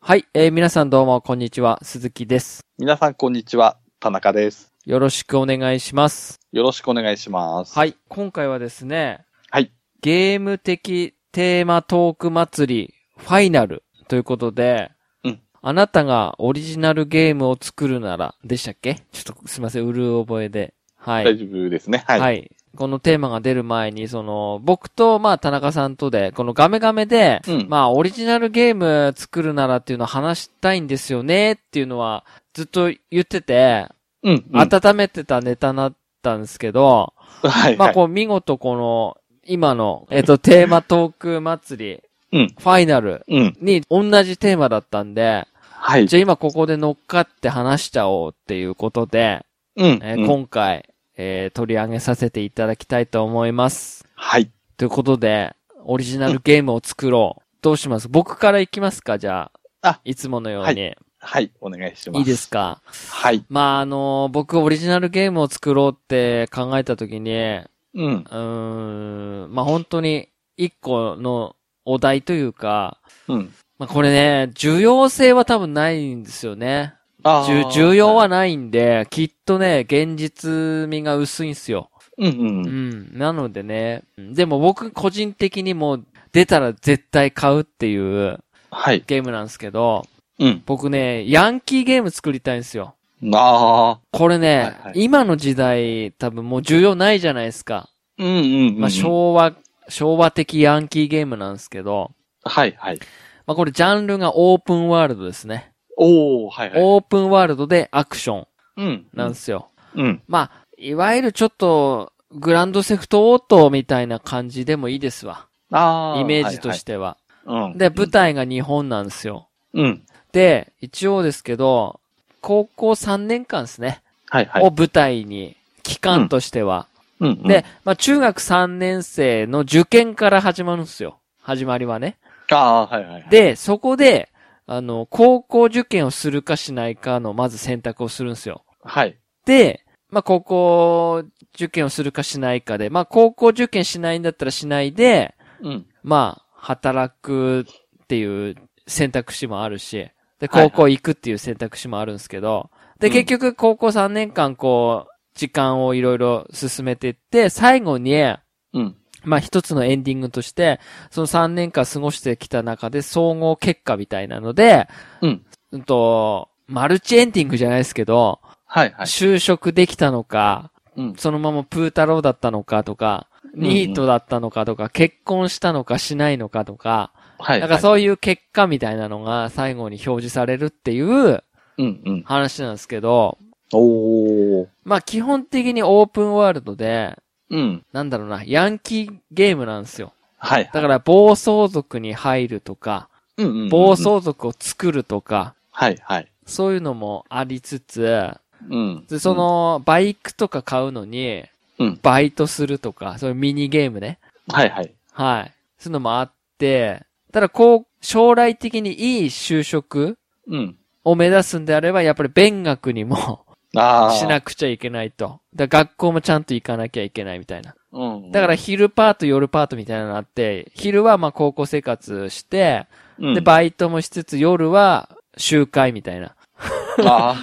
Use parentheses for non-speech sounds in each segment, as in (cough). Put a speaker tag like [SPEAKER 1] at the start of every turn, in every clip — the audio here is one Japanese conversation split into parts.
[SPEAKER 1] はい、えー皆さんどうも、こんにちは。鈴木です。
[SPEAKER 2] 皆さん、こんにちは。田中です。
[SPEAKER 1] よろしくお願いします。
[SPEAKER 2] よろしくお願いします。。
[SPEAKER 1] はいい、今回はですね。
[SPEAKER 2] はい。
[SPEAKER 1] ゲーム的テーマトーク祭り、ファイナルということで、
[SPEAKER 2] うん。
[SPEAKER 1] あなたがオリジナルゲームを作るなら、でしたっけちょっとすいません、うる覚えで。はい。
[SPEAKER 2] 大丈夫ですね。はい。
[SPEAKER 1] はい。このテーマが出る前に、その、僕と、まあ、田中さんとで、このガメガメで、
[SPEAKER 2] うん
[SPEAKER 1] まあ、オリジナルゲーム作るならっていうのを話したいんですよねっていうのは、ずっと言ってて、
[SPEAKER 2] うん。うん、
[SPEAKER 1] 温めてたネタだったんですけど、
[SPEAKER 2] (laughs) はい。
[SPEAKER 1] まあ、
[SPEAKER 2] はい
[SPEAKER 1] こう、見事この、今の、えっと、テーマトーク祭り、
[SPEAKER 2] うん
[SPEAKER 1] ファイナル
[SPEAKER 2] うん。
[SPEAKER 1] に同じテーマだったんで、
[SPEAKER 2] はい。
[SPEAKER 1] じゃあ今ここで乗っかって話しちゃおうっていうことで、
[SPEAKER 2] うん。
[SPEAKER 1] えー
[SPEAKER 2] うん
[SPEAKER 1] 今回、えー取り上げさせていただきたいと思います。
[SPEAKER 2] はい。
[SPEAKER 1] ということで、オリジナルゲームを作ろう。どうします僕から行きますかじゃあ。
[SPEAKER 2] あ
[SPEAKER 1] いつものように。い、
[SPEAKER 2] はい。お願いします。
[SPEAKER 1] いですか
[SPEAKER 2] はい。
[SPEAKER 1] まあ、あのー僕オリジナルゲームを作ろうって考えたときに、う
[SPEAKER 2] うん。
[SPEAKER 1] ーん、まあ、本当に、一個のお題というか、
[SPEAKER 2] うん。
[SPEAKER 1] まあ、これね、重要性は多分ないんですよね。
[SPEAKER 2] あ
[SPEAKER 1] 重
[SPEAKER 2] ー
[SPEAKER 1] 重要は、ないんで、きっとね、現実味が薄いんすよ。
[SPEAKER 2] うんう。
[SPEAKER 1] うんん。なのでね、でも僕個人的にもう出たら絶対買うっていう
[SPEAKER 2] はい。
[SPEAKER 1] ゲームなんですけど、
[SPEAKER 2] うん。
[SPEAKER 1] 僕ね、ヤンキーゲーム作りたいんですよ。
[SPEAKER 2] ああ。
[SPEAKER 1] これね、
[SPEAKER 2] はいはい
[SPEAKER 1] 今の時代多分もう重要ないじゃないですか。
[SPEAKER 2] うんうんうん。
[SPEAKER 1] まあ、昭和、昭和的ヤンキーゲームなんですけど、
[SPEAKER 2] はいはい。
[SPEAKER 1] まあ、これジャンルがオープンワールドですね。
[SPEAKER 2] おー、はいはい。
[SPEAKER 1] オープンワールドでアクション
[SPEAKER 2] うん。
[SPEAKER 1] なんですよ。
[SPEAKER 2] うん。
[SPEAKER 1] まあ、いわゆるちょっと、グランドセフトオートみたいな感じでもいいですわ。
[SPEAKER 2] ああ。
[SPEAKER 1] イメージとしては。
[SPEAKER 2] はいはい。うん。
[SPEAKER 1] で、舞台が日本なんですよ。
[SPEAKER 2] うん。
[SPEAKER 1] で、一応ですけど、高校3年間ですね。
[SPEAKER 2] はいは
[SPEAKER 1] を
[SPEAKER 2] い。
[SPEAKER 1] 舞台に、期間としては。
[SPEAKER 2] うんうん。
[SPEAKER 1] で、まあ、中学3年生の受験から始まるんですよ。始まりはね。
[SPEAKER 2] ああー、はいはいはい。、
[SPEAKER 1] で、そこで、あの、高校受験をするかしないかの、まず選択をするんですよ。
[SPEAKER 2] はい。
[SPEAKER 1] で、まあ、高校受験をするかしないかで、まあ、高校受験しないんだったらしないで、
[SPEAKER 2] うん。
[SPEAKER 1] まあ、働くっていう選択肢もあるし、で、
[SPEAKER 2] は
[SPEAKER 1] 高
[SPEAKER 2] いはい
[SPEAKER 1] 校行くっていう選択肢もあるんですけど、で、
[SPEAKER 2] うん
[SPEAKER 1] 結局高校3年間こう、時間をいろいろ進めていって、最後に、
[SPEAKER 2] うん。
[SPEAKER 1] まあ一つのエンディングとして、その3年間過ごしてきた中で総合結果みたいなので、
[SPEAKER 2] うん。
[SPEAKER 1] うんと、マルチエンディングじゃないですけど、
[SPEAKER 2] はいはい。
[SPEAKER 1] 就職できたのか、
[SPEAKER 2] うん。
[SPEAKER 1] そのままプー太郎だったのかとか、ニートだったのかとか、結婚したのかしないのかとか、
[SPEAKER 2] はい。
[SPEAKER 1] なんかそういう結果みたいなのが最後に表示されるっていう
[SPEAKER 2] う。うんうん。
[SPEAKER 1] 話なんですけど、
[SPEAKER 2] おー。
[SPEAKER 1] まあ基本的にオープンワールドで、
[SPEAKER 2] うん。
[SPEAKER 1] なんだろうな、ヤンキーゲームなんですよ。
[SPEAKER 2] はい。
[SPEAKER 1] だから暴走族に入るとか、
[SPEAKER 2] うんうんうんうん
[SPEAKER 1] 暴走族を作るとか、
[SPEAKER 2] はいはい。
[SPEAKER 1] そういうのもありつつ、
[SPEAKER 2] うん。
[SPEAKER 1] でそ、のバイクとか買うのに
[SPEAKER 2] うん、
[SPEAKER 1] バイトするとか、そういうミニゲームね。
[SPEAKER 2] はいはい。
[SPEAKER 1] はい。そういうのもあって、ただこう、将来的にいい就職
[SPEAKER 2] うん。
[SPEAKER 1] を目指すんであれば、やっぱり勉学にも
[SPEAKER 2] ああ。
[SPEAKER 1] しなくちゃいけないと。だから学校もちゃんと行かなきゃいけないみたいな。
[SPEAKER 2] うん。
[SPEAKER 1] だから、昼パート、夜パートみたいなのあって、昼はまあ高校生活して、
[SPEAKER 2] うん、
[SPEAKER 1] で、バイトもしつつ夜は集会みたいな。 (laughs)
[SPEAKER 2] あ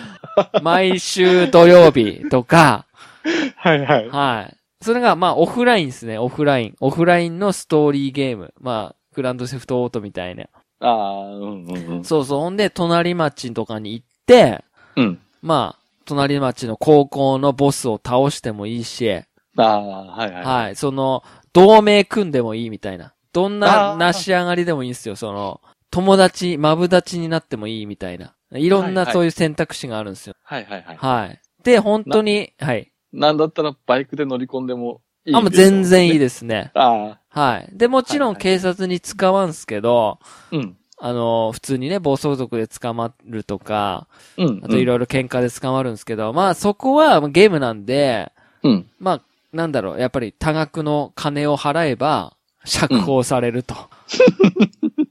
[SPEAKER 1] 毎週土曜日と
[SPEAKER 2] (laughs)
[SPEAKER 1] か、 (laughs)
[SPEAKER 2] あ。はいはい。
[SPEAKER 1] はい。それがまあオフラインですね、オフライン。オフラインのストーリーゲーム。まあ、グランドセフトオートみたいな。
[SPEAKER 2] ああ、うんうんうん。
[SPEAKER 1] そうそう。ほんで、隣町とかに行って、
[SPEAKER 2] うん。
[SPEAKER 1] まあ、隣町の高校のボスを倒してもいいし、
[SPEAKER 2] ああ、はいはい。
[SPEAKER 1] はい。その、同盟組んでもいいみたいな。どん
[SPEAKER 2] あ
[SPEAKER 1] な
[SPEAKER 2] ー
[SPEAKER 1] なし上がりでもいいんですよ。その、友達、マブダチになってもいいみたいな。いろん
[SPEAKER 2] はい
[SPEAKER 1] な
[SPEAKER 2] はい
[SPEAKER 1] そういう選択肢があるんですよ。
[SPEAKER 2] はいはいはい。
[SPEAKER 1] はい。で、本当に、はい。
[SPEAKER 2] なんだったらバイクで乗り込んでもいい。
[SPEAKER 1] あ、もう全然いい
[SPEAKER 2] で
[SPEAKER 1] ですね。
[SPEAKER 2] す。ああ。
[SPEAKER 1] はい。で、もちろ
[SPEAKER 2] は
[SPEAKER 1] ん
[SPEAKER 2] いはい
[SPEAKER 1] 警察に使わんすけど、
[SPEAKER 2] うん。
[SPEAKER 1] あの、普通にね、暴走族で捕まるとか、
[SPEAKER 2] うん。
[SPEAKER 1] あといろいろ喧嘩で捕まるんですけど、まあそこはゲームなんで、
[SPEAKER 2] うん。
[SPEAKER 1] まあ、なんだろう、やっぱり多額の金を払えば、釈放されると。
[SPEAKER 2] は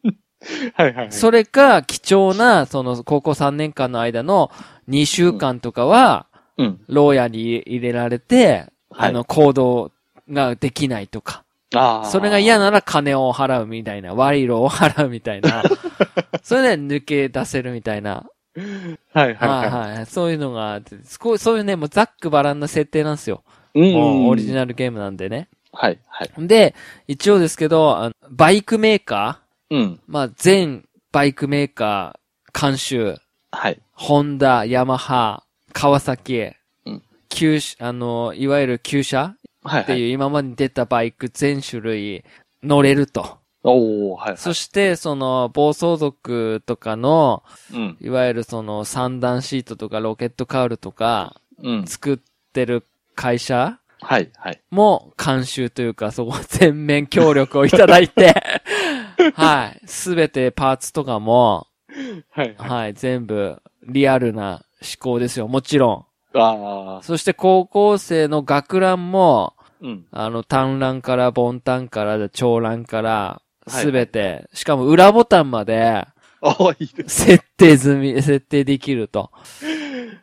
[SPEAKER 2] いはいはい。
[SPEAKER 1] それか、貴重な、その、高校3年間の間の2週間とかは、
[SPEAKER 2] うん。
[SPEAKER 1] 牢屋に入れられて、
[SPEAKER 2] はい
[SPEAKER 1] あの、行動ができないとか、
[SPEAKER 2] ああ。
[SPEAKER 1] それが嫌なら金を払うみたいな、賄賂を払うみたい
[SPEAKER 2] (laughs)
[SPEAKER 1] な、それで抜け出せるみたいな、
[SPEAKER 2] はいはい
[SPEAKER 1] は
[SPEAKER 2] はい
[SPEAKER 1] い。はい。そういうのがあって、すごい、そういうね、もうざっくばらんな設定なんですよ。
[SPEAKER 2] うん
[SPEAKER 1] もうオリジ
[SPEAKER 2] ル。
[SPEAKER 1] ナルゲームなんでね。
[SPEAKER 2] はいはい。
[SPEAKER 1] で、一応ですけど、あのバイクメーカ
[SPEAKER 2] うん
[SPEAKER 1] ー。まあ、全バイクメーカー、監修、
[SPEAKER 2] はい。
[SPEAKER 1] ホンダ、ヤマハ、川崎、
[SPEAKER 2] うん
[SPEAKER 1] 旧車、あの、いわゆる旧車
[SPEAKER 2] はい
[SPEAKER 1] って
[SPEAKER 2] はい。
[SPEAKER 1] いう今までに出たバイク全種類乗れると。
[SPEAKER 2] おー、はいは
[SPEAKER 1] そして、その、暴走族とかの、
[SPEAKER 2] い。うん。
[SPEAKER 1] いわゆるその、三段シートとかロケットカウルとか、
[SPEAKER 2] うん。
[SPEAKER 1] 作ってる会社
[SPEAKER 2] はいはい。
[SPEAKER 1] も監修というか、そこ全面協力をいただいて、 (laughs) はい。すべてパーツとかも、
[SPEAKER 2] はいはい。
[SPEAKER 1] はい、全部リアルな思考ですよ。もちろん。
[SPEAKER 2] あ
[SPEAKER 1] そして高校生の学ランも、
[SPEAKER 2] ー。うん。
[SPEAKER 1] あの、単欄から、凡単から、長欄から、
[SPEAKER 2] はい
[SPEAKER 1] すべて、しかも裏ボタンまで、
[SPEAKER 2] あー、いいです。
[SPEAKER 1] 設定済み、設定できると。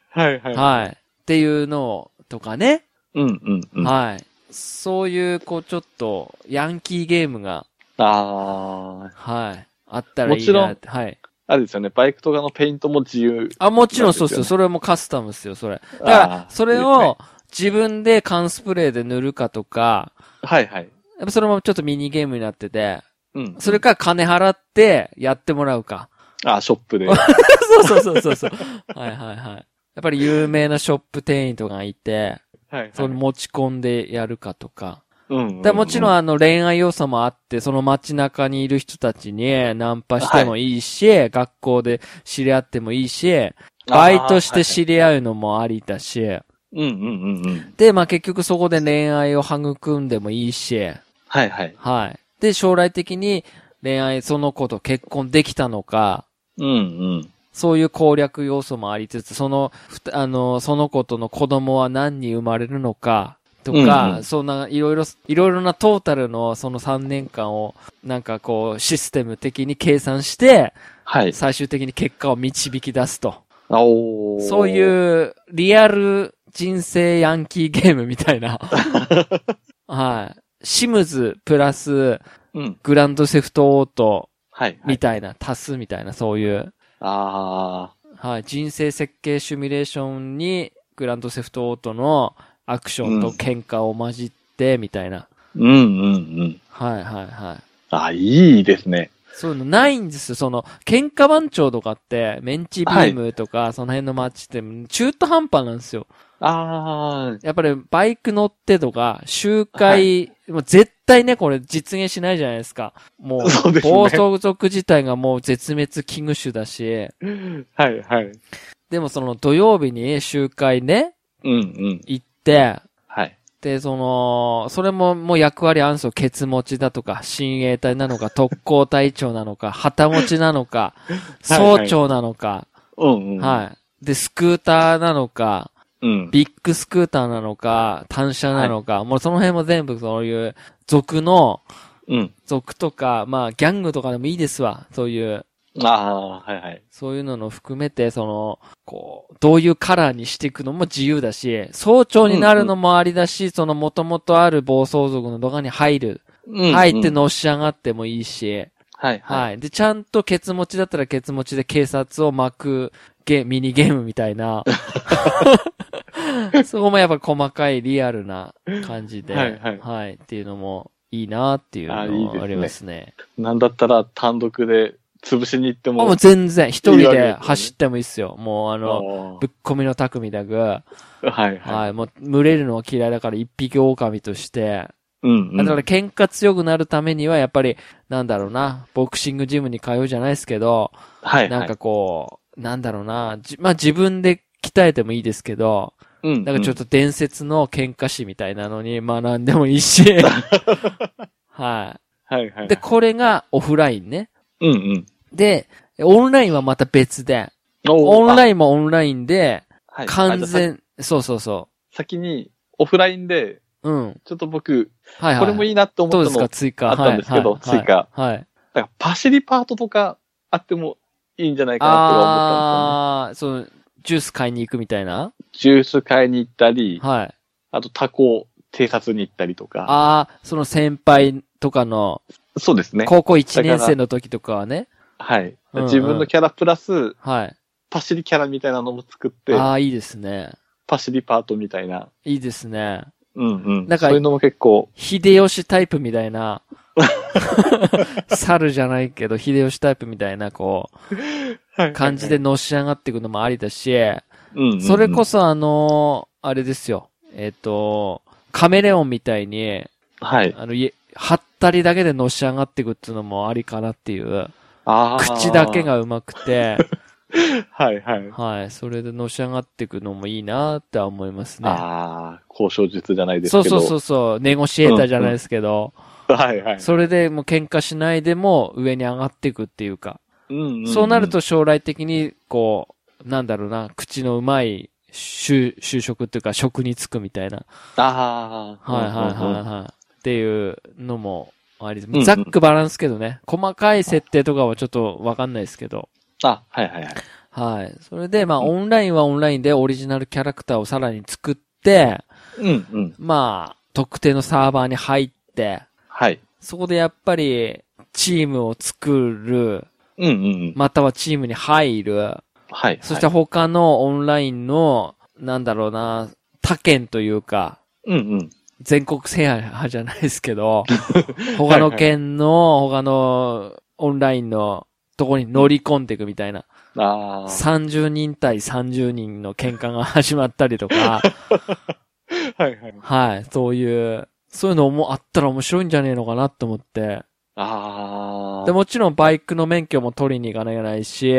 [SPEAKER 2] はいはい。
[SPEAKER 1] はい。っていうのを、とかね。
[SPEAKER 2] うんうんうん。あ
[SPEAKER 1] はい。そういう、こう、ちょっと、ヤンキーゲームが、
[SPEAKER 2] あー。
[SPEAKER 1] はい。あったらい
[SPEAKER 2] も
[SPEAKER 1] い
[SPEAKER 2] ちろん
[SPEAKER 1] なって。はい。
[SPEAKER 2] あれですよね。バイクとかのペイントも自由。
[SPEAKER 1] あ、もちろんそうです
[SPEAKER 2] なん
[SPEAKER 1] よ。
[SPEAKER 2] です
[SPEAKER 1] それもカスタムですよ、それ。だか
[SPEAKER 2] あ
[SPEAKER 1] ら、
[SPEAKER 2] ー
[SPEAKER 1] それ
[SPEAKER 2] いい
[SPEAKER 1] を、自分で缶スプレーで塗るかとか、
[SPEAKER 2] はいはい。
[SPEAKER 1] やっぱそのままちょっとミニゲームになってて、
[SPEAKER 2] うん。
[SPEAKER 1] それか金払ってやってもらうか。
[SPEAKER 2] あー、ショッ
[SPEAKER 1] (laughs)
[SPEAKER 2] プで。
[SPEAKER 1] そうそうそうそうそう。 (laughs) はいはいはい。やっぱり有名なショップ店員とかがいて、
[SPEAKER 2] はい。
[SPEAKER 1] それ持ち込んでやるかとか。
[SPEAKER 2] うん。
[SPEAKER 1] だからもちろんあの恋愛要素もあって、その街中にいる人たちにナンパしてもいいし、学校で知り合ってもいいし、バイトして知り合うのもありだし、
[SPEAKER 2] うんうんうんうん。
[SPEAKER 1] で、まあ結局そこで恋愛を育んでもいいし、
[SPEAKER 2] はいはい。
[SPEAKER 1] はい。で、将来的に恋愛、その子と結婚できたのか、
[SPEAKER 2] うんうん。
[SPEAKER 1] そういう攻略要素もありつつ、その、ふたあの、その子との子供は何人生まれるのか、とか、
[SPEAKER 2] うんうん
[SPEAKER 1] そんな、いろいろ、いろいろなトータルのその3年間を、なんかこう、システム的に計算して、
[SPEAKER 2] はい。
[SPEAKER 1] 最終的に結果を導き出すと。
[SPEAKER 2] おー
[SPEAKER 1] そういう、リアル人生ヤンキーゲームみたい
[SPEAKER 2] (laughs)
[SPEAKER 1] な。はい。シムズプラス、
[SPEAKER 2] うん。
[SPEAKER 1] グランドセフトオート、
[SPEAKER 2] はい。は
[SPEAKER 1] み
[SPEAKER 2] い。
[SPEAKER 1] たいな、足すみたいな、そういう。
[SPEAKER 2] あ
[SPEAKER 1] はい、人生設計シミュレーションに、グランドセフトオートのアクションと喧嘩を混じって、みたいな。
[SPEAKER 2] ー。うんうんうん。
[SPEAKER 1] はいはいはい。
[SPEAKER 2] あ、いいですね。
[SPEAKER 1] そういうのないんですよ。その、喧嘩番長とかって、メンチビームとか、その辺のマッチって、中途半端なんですよ。
[SPEAKER 2] あ
[SPEAKER 1] やっぱり、バイク乗ってとか、集会、もう絶対ね、これ実現しないじゃないですか。も
[SPEAKER 2] ー。そう
[SPEAKER 1] う、
[SPEAKER 2] です
[SPEAKER 1] 暴
[SPEAKER 2] ね。
[SPEAKER 1] 走族自体がもう絶滅危惧種だし、
[SPEAKER 2] はいはい。
[SPEAKER 1] でもその土曜日に集会ね、
[SPEAKER 2] うんうん。
[SPEAKER 1] 行って、
[SPEAKER 2] はい。
[SPEAKER 1] で、その、それももう役割あるんですよ。ケツ持ちだとか、親衛隊なのか、特攻隊長なのか、旗持ちなのか、
[SPEAKER 2] (laughs) はい
[SPEAKER 1] 総長なのか、
[SPEAKER 2] うんう
[SPEAKER 1] はい
[SPEAKER 2] ん。
[SPEAKER 1] で、スクーターなのか、
[SPEAKER 2] い。うん。
[SPEAKER 1] ビッグスクーターなのか、単車なのか、もうその辺も全部そういう、族の、
[SPEAKER 2] うん。
[SPEAKER 1] 族とか、まあ、ギャングとかでもいいですわ。そういう、
[SPEAKER 2] ああー、はいはい。
[SPEAKER 1] そういうのの含めて、その、こう、どういうカラーにしていくのも自由だし、総長になるのもありだし、その元々ある暴走族の動画に入る。
[SPEAKER 2] うんうん
[SPEAKER 1] 入って。のし上がってもいいし、
[SPEAKER 2] はいはい。
[SPEAKER 1] はい。で、ちゃんとケツ持ちだったらケツ持ちで警察を巻くゲ、ミニゲームみたい
[SPEAKER 2] (laughs)
[SPEAKER 1] な。そこもやっぱ細かいリアルな感じで、
[SPEAKER 2] はいはい
[SPEAKER 1] っていうのもいいなっていう
[SPEAKER 2] あいい
[SPEAKER 1] の
[SPEAKER 2] です
[SPEAKER 1] も
[SPEAKER 2] ね
[SPEAKER 1] ありますね。
[SPEAKER 2] なんだったら単独で潰しに行って
[SPEAKER 1] あも
[SPEAKER 2] も
[SPEAKER 1] う。全然、一
[SPEAKER 2] いい
[SPEAKER 1] 人
[SPEAKER 2] わけです
[SPEAKER 1] で
[SPEAKER 2] ね
[SPEAKER 1] 走ってもいいっすよ。もうあの、
[SPEAKER 2] あ
[SPEAKER 1] ぶっ込みの匠だぐ、
[SPEAKER 2] ーはいは。
[SPEAKER 1] はいい、もう群れるのは嫌いだから一匹狼として、
[SPEAKER 2] うんうん。
[SPEAKER 1] だから喧嘩強くなるためには、やっぱり、なんだろうな、ボクシングジムに通うじゃないですけど、
[SPEAKER 2] はい
[SPEAKER 1] なん
[SPEAKER 2] は
[SPEAKER 1] か
[SPEAKER 2] い。
[SPEAKER 1] こう、なんだろうな、じまあ自分で鍛えてもいいですけど、
[SPEAKER 2] うん
[SPEAKER 1] なんかちょっと伝説の喧嘩師みたいなのに学んでもいいし、
[SPEAKER 2] (laughs)
[SPEAKER 1] は。
[SPEAKER 2] と。はいはいい。
[SPEAKER 1] で、、これがオフラインね。
[SPEAKER 2] うんうん。
[SPEAKER 1] で、オンラインはまた別で、オン
[SPEAKER 2] イ
[SPEAKER 1] ラインもオンラインで、
[SPEAKER 2] ン
[SPEAKER 1] 完全、そうそうそ
[SPEAKER 2] 先に、オフラインで、
[SPEAKER 1] う。うん。
[SPEAKER 2] ちょっと僕、
[SPEAKER 1] はいはい。
[SPEAKER 2] これもい
[SPEAKER 1] い
[SPEAKER 2] いなって思
[SPEAKER 1] どう
[SPEAKER 2] っ
[SPEAKER 1] で
[SPEAKER 2] た
[SPEAKER 1] す
[SPEAKER 2] の。
[SPEAKER 1] か
[SPEAKER 2] だ
[SPEAKER 1] 追加。
[SPEAKER 2] あったんですけ
[SPEAKER 1] は
[SPEAKER 2] ど
[SPEAKER 1] いはい
[SPEAKER 2] 追加
[SPEAKER 1] はい。
[SPEAKER 2] からパシリパートとかあってもいいんじゃないかなとは思っ
[SPEAKER 1] ああ、そう、ジュース買いに行くみたいな
[SPEAKER 2] たんですよね。ジュース買いに行ったり、
[SPEAKER 1] はい。
[SPEAKER 2] あとタコ偵察に行ったりとか。
[SPEAKER 1] ああ、その先輩とかの、
[SPEAKER 2] そうですね。
[SPEAKER 1] 高校1年生の時とかはね。
[SPEAKER 2] はい。
[SPEAKER 1] うんうん
[SPEAKER 2] 自分のキャラプラス、
[SPEAKER 1] はい。
[SPEAKER 2] パシリキャラみたいなのも作って、
[SPEAKER 1] ああ、いいですね。
[SPEAKER 2] パシリパートみたいな。
[SPEAKER 1] いいですね。
[SPEAKER 2] うんうん。
[SPEAKER 1] なんか
[SPEAKER 2] そういうのも結構、
[SPEAKER 1] 秀吉タイプみたい
[SPEAKER 2] (laughs)
[SPEAKER 1] な、猿じゃないけど、秀吉タイプみたいな、こう、感じでのし上がっていくのもありだし、
[SPEAKER 2] うんうんうん、
[SPEAKER 1] それこ
[SPEAKER 2] そ、
[SPEAKER 1] そあのーあれですよ。えっ、と、カメレオンみたいに、
[SPEAKER 2] はい。
[SPEAKER 1] あの、いはったりだけでのし上がっていくっていうのもありかなっていう、
[SPEAKER 2] あー
[SPEAKER 1] 口だけ。がうまくて、
[SPEAKER 2] はいはい。
[SPEAKER 1] はい、それでのし上がっていくのもいいなって思いますね。
[SPEAKER 2] ああ、交渉術じゃないです
[SPEAKER 1] そう
[SPEAKER 2] け
[SPEAKER 1] そ
[SPEAKER 2] ど。
[SPEAKER 1] うそうそう、ネゴシエーターじゃないですけど、
[SPEAKER 2] う。はいはい。
[SPEAKER 1] それでもう喧嘩しないでも上に上がっていくっていうか、
[SPEAKER 2] うんんん
[SPEAKER 1] そうなると、将来的に、こう、なんだろうな、口のうまい就就職っていうか職に就くみたいな。
[SPEAKER 2] ああ、
[SPEAKER 1] はいはい
[SPEAKER 2] うん
[SPEAKER 1] は
[SPEAKER 2] う
[SPEAKER 1] い
[SPEAKER 2] んうん
[SPEAKER 1] はい。っていうのもあり
[SPEAKER 2] んうん
[SPEAKER 1] ざっくばらんすけどね。細かい設定とかはちょっとわかんないですけど。
[SPEAKER 2] あ、はいはいはい。
[SPEAKER 1] はい。それで、まあ、オンラインはオンラインでオリジナルキャラクターをさらに作って、
[SPEAKER 2] うんうん。
[SPEAKER 1] まあ、特定のサーバーに入って、
[SPEAKER 2] はい。
[SPEAKER 1] そこでやっぱり、チームを作る、
[SPEAKER 2] うんうんうん。
[SPEAKER 1] またはチームに入る、
[SPEAKER 2] はいはい。
[SPEAKER 1] そして他のオンラインの、なんだろうな、他県というか、
[SPEAKER 2] うんうん。
[SPEAKER 1] 全国制覇じゃないですけど、他の県の、他のオンラインのとこに乗り込んでいくみたいな、
[SPEAKER 2] あ
[SPEAKER 1] 30人対30人の喧嘩が始まったりとか、
[SPEAKER 2] あ。はいはい。
[SPEAKER 1] はい、そういう、そういうのもあったら面白いんじゃねえのかなと思って、
[SPEAKER 2] ああ。
[SPEAKER 1] で、、もちろんバイクの免許も取りに行かなきゃいけないし、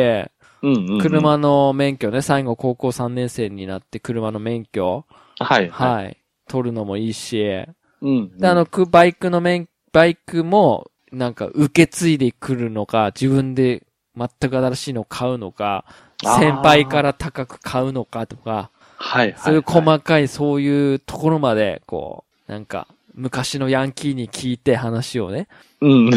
[SPEAKER 2] うんうんうん。
[SPEAKER 1] 車の免許ね、最後高校3年生になって車の免許、
[SPEAKER 2] はいは
[SPEAKER 1] はい。取るのもいいし、で、
[SPEAKER 2] い。うんうん。
[SPEAKER 1] あの、くバイクの免、バイクも、なんか、受け継いでくるのか、自分で全く新しいのを買うのか、
[SPEAKER 2] あー
[SPEAKER 1] 先輩から高く買うのかとか、
[SPEAKER 2] はいはいはい。
[SPEAKER 1] そういう細かい、そういうところまで、こう、なんか、昔のヤンキーに聞いて話を
[SPEAKER 2] (laughs)
[SPEAKER 1] ね、
[SPEAKER 2] うん。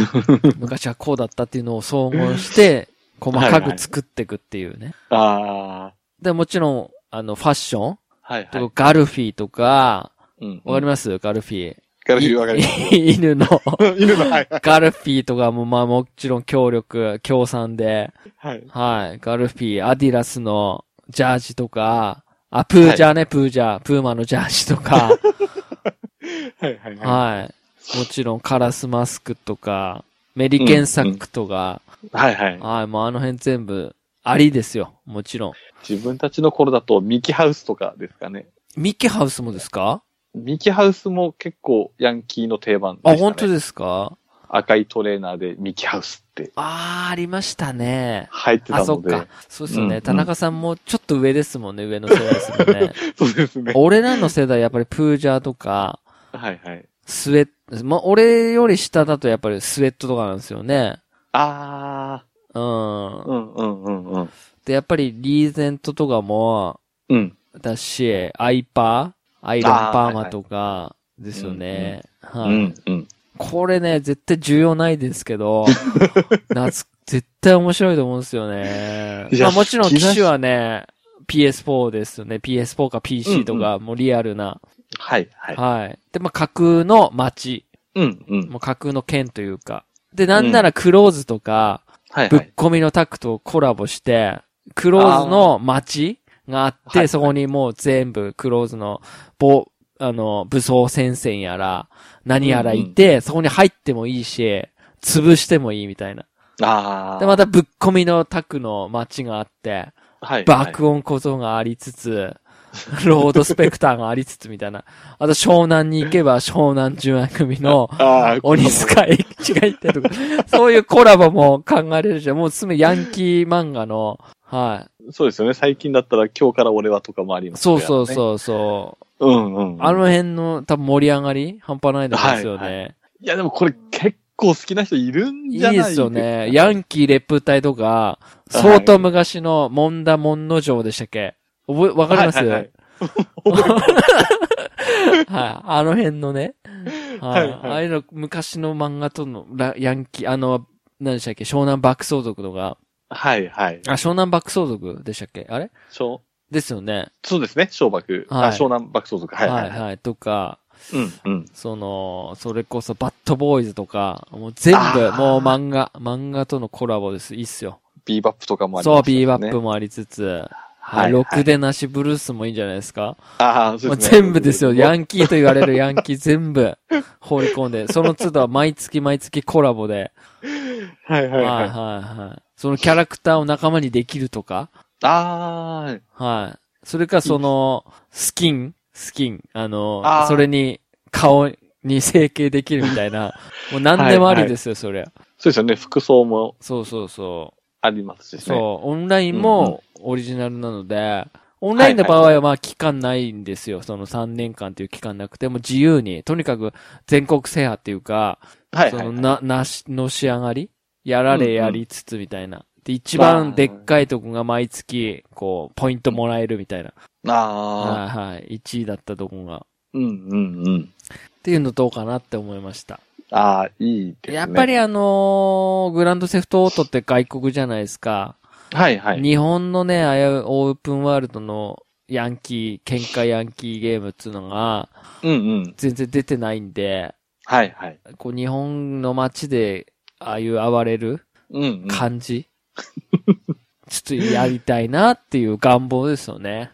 [SPEAKER 1] 昔はこうだったっていうのを総合
[SPEAKER 2] (laughs)
[SPEAKER 1] して、細かく作っていくっていうね。
[SPEAKER 2] ああ。
[SPEAKER 1] で、もちろん、あの、ファッション
[SPEAKER 2] はいは
[SPEAKER 1] と
[SPEAKER 2] い。
[SPEAKER 1] かガルフィーとか、
[SPEAKER 2] うん
[SPEAKER 1] わかり
[SPEAKER 2] ま
[SPEAKER 1] ますガルフィー。
[SPEAKER 2] す。ガルフィーわかります。
[SPEAKER 1] い (laughs) 犬の、
[SPEAKER 2] (laughs) 犬の、はいはい
[SPEAKER 1] ガルフィーとかも、まあもちろん協力、協賛で、
[SPEAKER 2] はい。
[SPEAKER 1] はい、ガルフィー、アディラスのジャージとか、あ、プージャーね、プージャー、プーマのジャージとか、
[SPEAKER 2] はいはいは
[SPEAKER 1] はい、もちろんカラスマスクとか、メリケンサックとか、
[SPEAKER 2] い。はいはい。
[SPEAKER 1] はい、もうあの辺全部、ありですよ、もちろん。
[SPEAKER 2] 自分たちの頃だとミキハウスとかですかね。
[SPEAKER 1] ミッキーハウスもですか
[SPEAKER 2] ミキハウスも結構ヤンキーの定番でした、
[SPEAKER 1] あ、
[SPEAKER 2] ね。
[SPEAKER 1] 本当
[SPEAKER 2] す。
[SPEAKER 1] ですか
[SPEAKER 2] 赤いトレーナーでミキハウスって
[SPEAKER 1] あー、ありましたね。
[SPEAKER 2] 入ってた
[SPEAKER 1] あ、そ
[SPEAKER 2] の
[SPEAKER 1] っ
[SPEAKER 2] で。
[SPEAKER 1] か。そうですよ
[SPEAKER 2] うん
[SPEAKER 1] ね、
[SPEAKER 2] うん
[SPEAKER 1] 田中さんもちょっと上ですもんね、上の世代ですもん
[SPEAKER 2] (laughs)
[SPEAKER 1] ね。
[SPEAKER 2] そうですね。
[SPEAKER 1] 俺らの世代、やっぱりプージャーとか、
[SPEAKER 2] はいはい。
[SPEAKER 1] スウェット、まあ、俺より下だとやっぱりスウェットとかなんですよね。
[SPEAKER 2] あ
[SPEAKER 1] うん
[SPEAKER 2] あ、。うんうんうんうん。
[SPEAKER 1] で、やっぱりリーゼントとかも、
[SPEAKER 2] うん。
[SPEAKER 1] だし、アイパーアイロンパーマとか、ですよね。
[SPEAKER 2] う
[SPEAKER 1] はい、
[SPEAKER 2] んうん。
[SPEAKER 1] これね、絶対重要ないですけ
[SPEAKER 2] (laughs)
[SPEAKER 1] ど、夏、絶対面白いと思うんですよね。
[SPEAKER 2] いや
[SPEAKER 1] まあもちろん
[SPEAKER 2] 好き
[SPEAKER 1] 機
[SPEAKER 2] だし
[SPEAKER 1] 種はね、PS4 ですよね。PS4 か PC とか、もうリアルな。
[SPEAKER 2] はいはい。
[SPEAKER 1] はい。で、まあ架空の街。
[SPEAKER 2] うんうん。
[SPEAKER 1] もう架空の剣というか。で、なんならクローズとか、
[SPEAKER 2] はい
[SPEAKER 1] ぶ
[SPEAKER 2] は
[SPEAKER 1] っ
[SPEAKER 2] い。
[SPEAKER 1] 込みのタクとコラボして、クローズの街があっ
[SPEAKER 2] はいは
[SPEAKER 1] て、
[SPEAKER 2] い
[SPEAKER 1] そこにもう全部クローズの、ぼ、あの、武装戦線やら、何やらいて、そこに入ってもいいし、潰してもいいみたいな。
[SPEAKER 2] ああ。
[SPEAKER 1] で、またぶっ込みのタクの街があって、
[SPEAKER 2] はい。
[SPEAKER 1] 爆音小僧がありつ
[SPEAKER 2] (laughs)
[SPEAKER 1] つ、ロードスペクターがありつつみたいな。あと湘南に行けば湘南純愛組の、
[SPEAKER 2] ああ、
[SPEAKER 1] 鬼塚英一が言って
[SPEAKER 2] (laughs)
[SPEAKER 1] るとか、そういうコラボも考えれるし、もうすぐヤンキー漫画の、は
[SPEAKER 2] そうですよね。最近だったら今日から俺はとかもあり
[SPEAKER 1] い。
[SPEAKER 2] ますか
[SPEAKER 1] そ
[SPEAKER 2] ら
[SPEAKER 1] う
[SPEAKER 2] ね
[SPEAKER 1] そうそうそう。
[SPEAKER 2] う。うんうん。
[SPEAKER 1] あの、辺の多分盛り上がり半端ないですよね。
[SPEAKER 2] はい
[SPEAKER 1] い
[SPEAKER 2] いやでもこれ結構好きな人いるん
[SPEAKER 1] い、
[SPEAKER 2] じゃない
[SPEAKER 1] ですよね。ヤンキーレプ隊とか、
[SPEAKER 2] い
[SPEAKER 1] 相当昔のモンダモンノ城でしたっけ覚え、わかります
[SPEAKER 2] は
[SPEAKER 1] はいい
[SPEAKER 2] はい
[SPEAKER 1] (laughs)
[SPEAKER 2] はい
[SPEAKER 1] あの辺のね。は。
[SPEAKER 2] はいいはい
[SPEAKER 1] ああいうの、昔の漫画とのラ、ヤンキー、あの、何でしたっけ湘南爆走族とか。
[SPEAKER 2] はいはい。
[SPEAKER 1] あ、湘南爆走族でしたっけあれ
[SPEAKER 2] 小
[SPEAKER 1] ですよね。
[SPEAKER 2] そうですね。小爆。
[SPEAKER 1] は
[SPEAKER 2] あ
[SPEAKER 1] い
[SPEAKER 2] 湘南爆走族。はいはいはい。
[SPEAKER 1] はいとか、
[SPEAKER 2] うん、うん。
[SPEAKER 1] その、それこそバッドボーイズとか、もう全部
[SPEAKER 2] あ、ー
[SPEAKER 1] もう漫画、漫画とのコラボです。いいっすよ。
[SPEAKER 2] ビーバップとかもあり
[SPEAKER 1] そ
[SPEAKER 2] ま
[SPEAKER 1] う、
[SPEAKER 2] すね。
[SPEAKER 1] ビーバップもありつつ、
[SPEAKER 2] は
[SPEAKER 1] はいい、ろくでなしブルースもいいんじゃないですか
[SPEAKER 2] ああ、そう
[SPEAKER 1] もう
[SPEAKER 2] ですね。
[SPEAKER 1] 全部ですよ。ヤ
[SPEAKER 2] ン
[SPEAKER 1] ンキーと言われるヤンキー全部放り込んで、その都度は毎月毎月コラボで、
[SPEAKER 2] はいは
[SPEAKER 1] はいいは
[SPEAKER 2] はいい。
[SPEAKER 1] はい。そのキャラクターを仲間にできるとか、
[SPEAKER 2] あー
[SPEAKER 1] はい。それかその、スキン、スキン、あの、
[SPEAKER 2] あー
[SPEAKER 1] それに顔に整形できるみたい
[SPEAKER 2] (laughs)
[SPEAKER 1] な、もう何でもありですよ、それ。
[SPEAKER 2] そうですよね。服装も
[SPEAKER 1] そうそうそ
[SPEAKER 2] あります
[SPEAKER 1] う。
[SPEAKER 2] しね。
[SPEAKER 1] そう、オンラインもオリジナルなので、オンラインの場合はまあ期間ないんですよ。その3年間という期間なくても自由に、とにかく全国制覇っていうか、
[SPEAKER 2] はい
[SPEAKER 1] そ
[SPEAKER 2] はい
[SPEAKER 1] の
[SPEAKER 2] はい。
[SPEAKER 1] な、なし、のし上がりやられやりつつみたいな。で、一
[SPEAKER 2] わ
[SPEAKER 1] 番
[SPEAKER 2] ー
[SPEAKER 1] でっかいとこが毎月、こう、ポイントもらえるみたいな。
[SPEAKER 2] ああ、
[SPEAKER 1] はいはい。1位だったとこが。
[SPEAKER 2] うんうんうん。
[SPEAKER 1] っていうのどうかなって思いました。
[SPEAKER 2] ああ、いいですね。
[SPEAKER 1] やっぱりあのーグランドセフトオートって外国じゃないですか。
[SPEAKER 2] はいはい。
[SPEAKER 1] 日本のね、あやオープンワールドのヤンキー、喧嘩ヤンキーゲームっていうのが
[SPEAKER 2] うんうん。
[SPEAKER 1] 全然出てないんで、
[SPEAKER 2] はいはい。
[SPEAKER 1] こう日本の街でああいう暴れる
[SPEAKER 2] うんうん。
[SPEAKER 1] 感じ、ちょっとやりたいなっていう願望ですよね。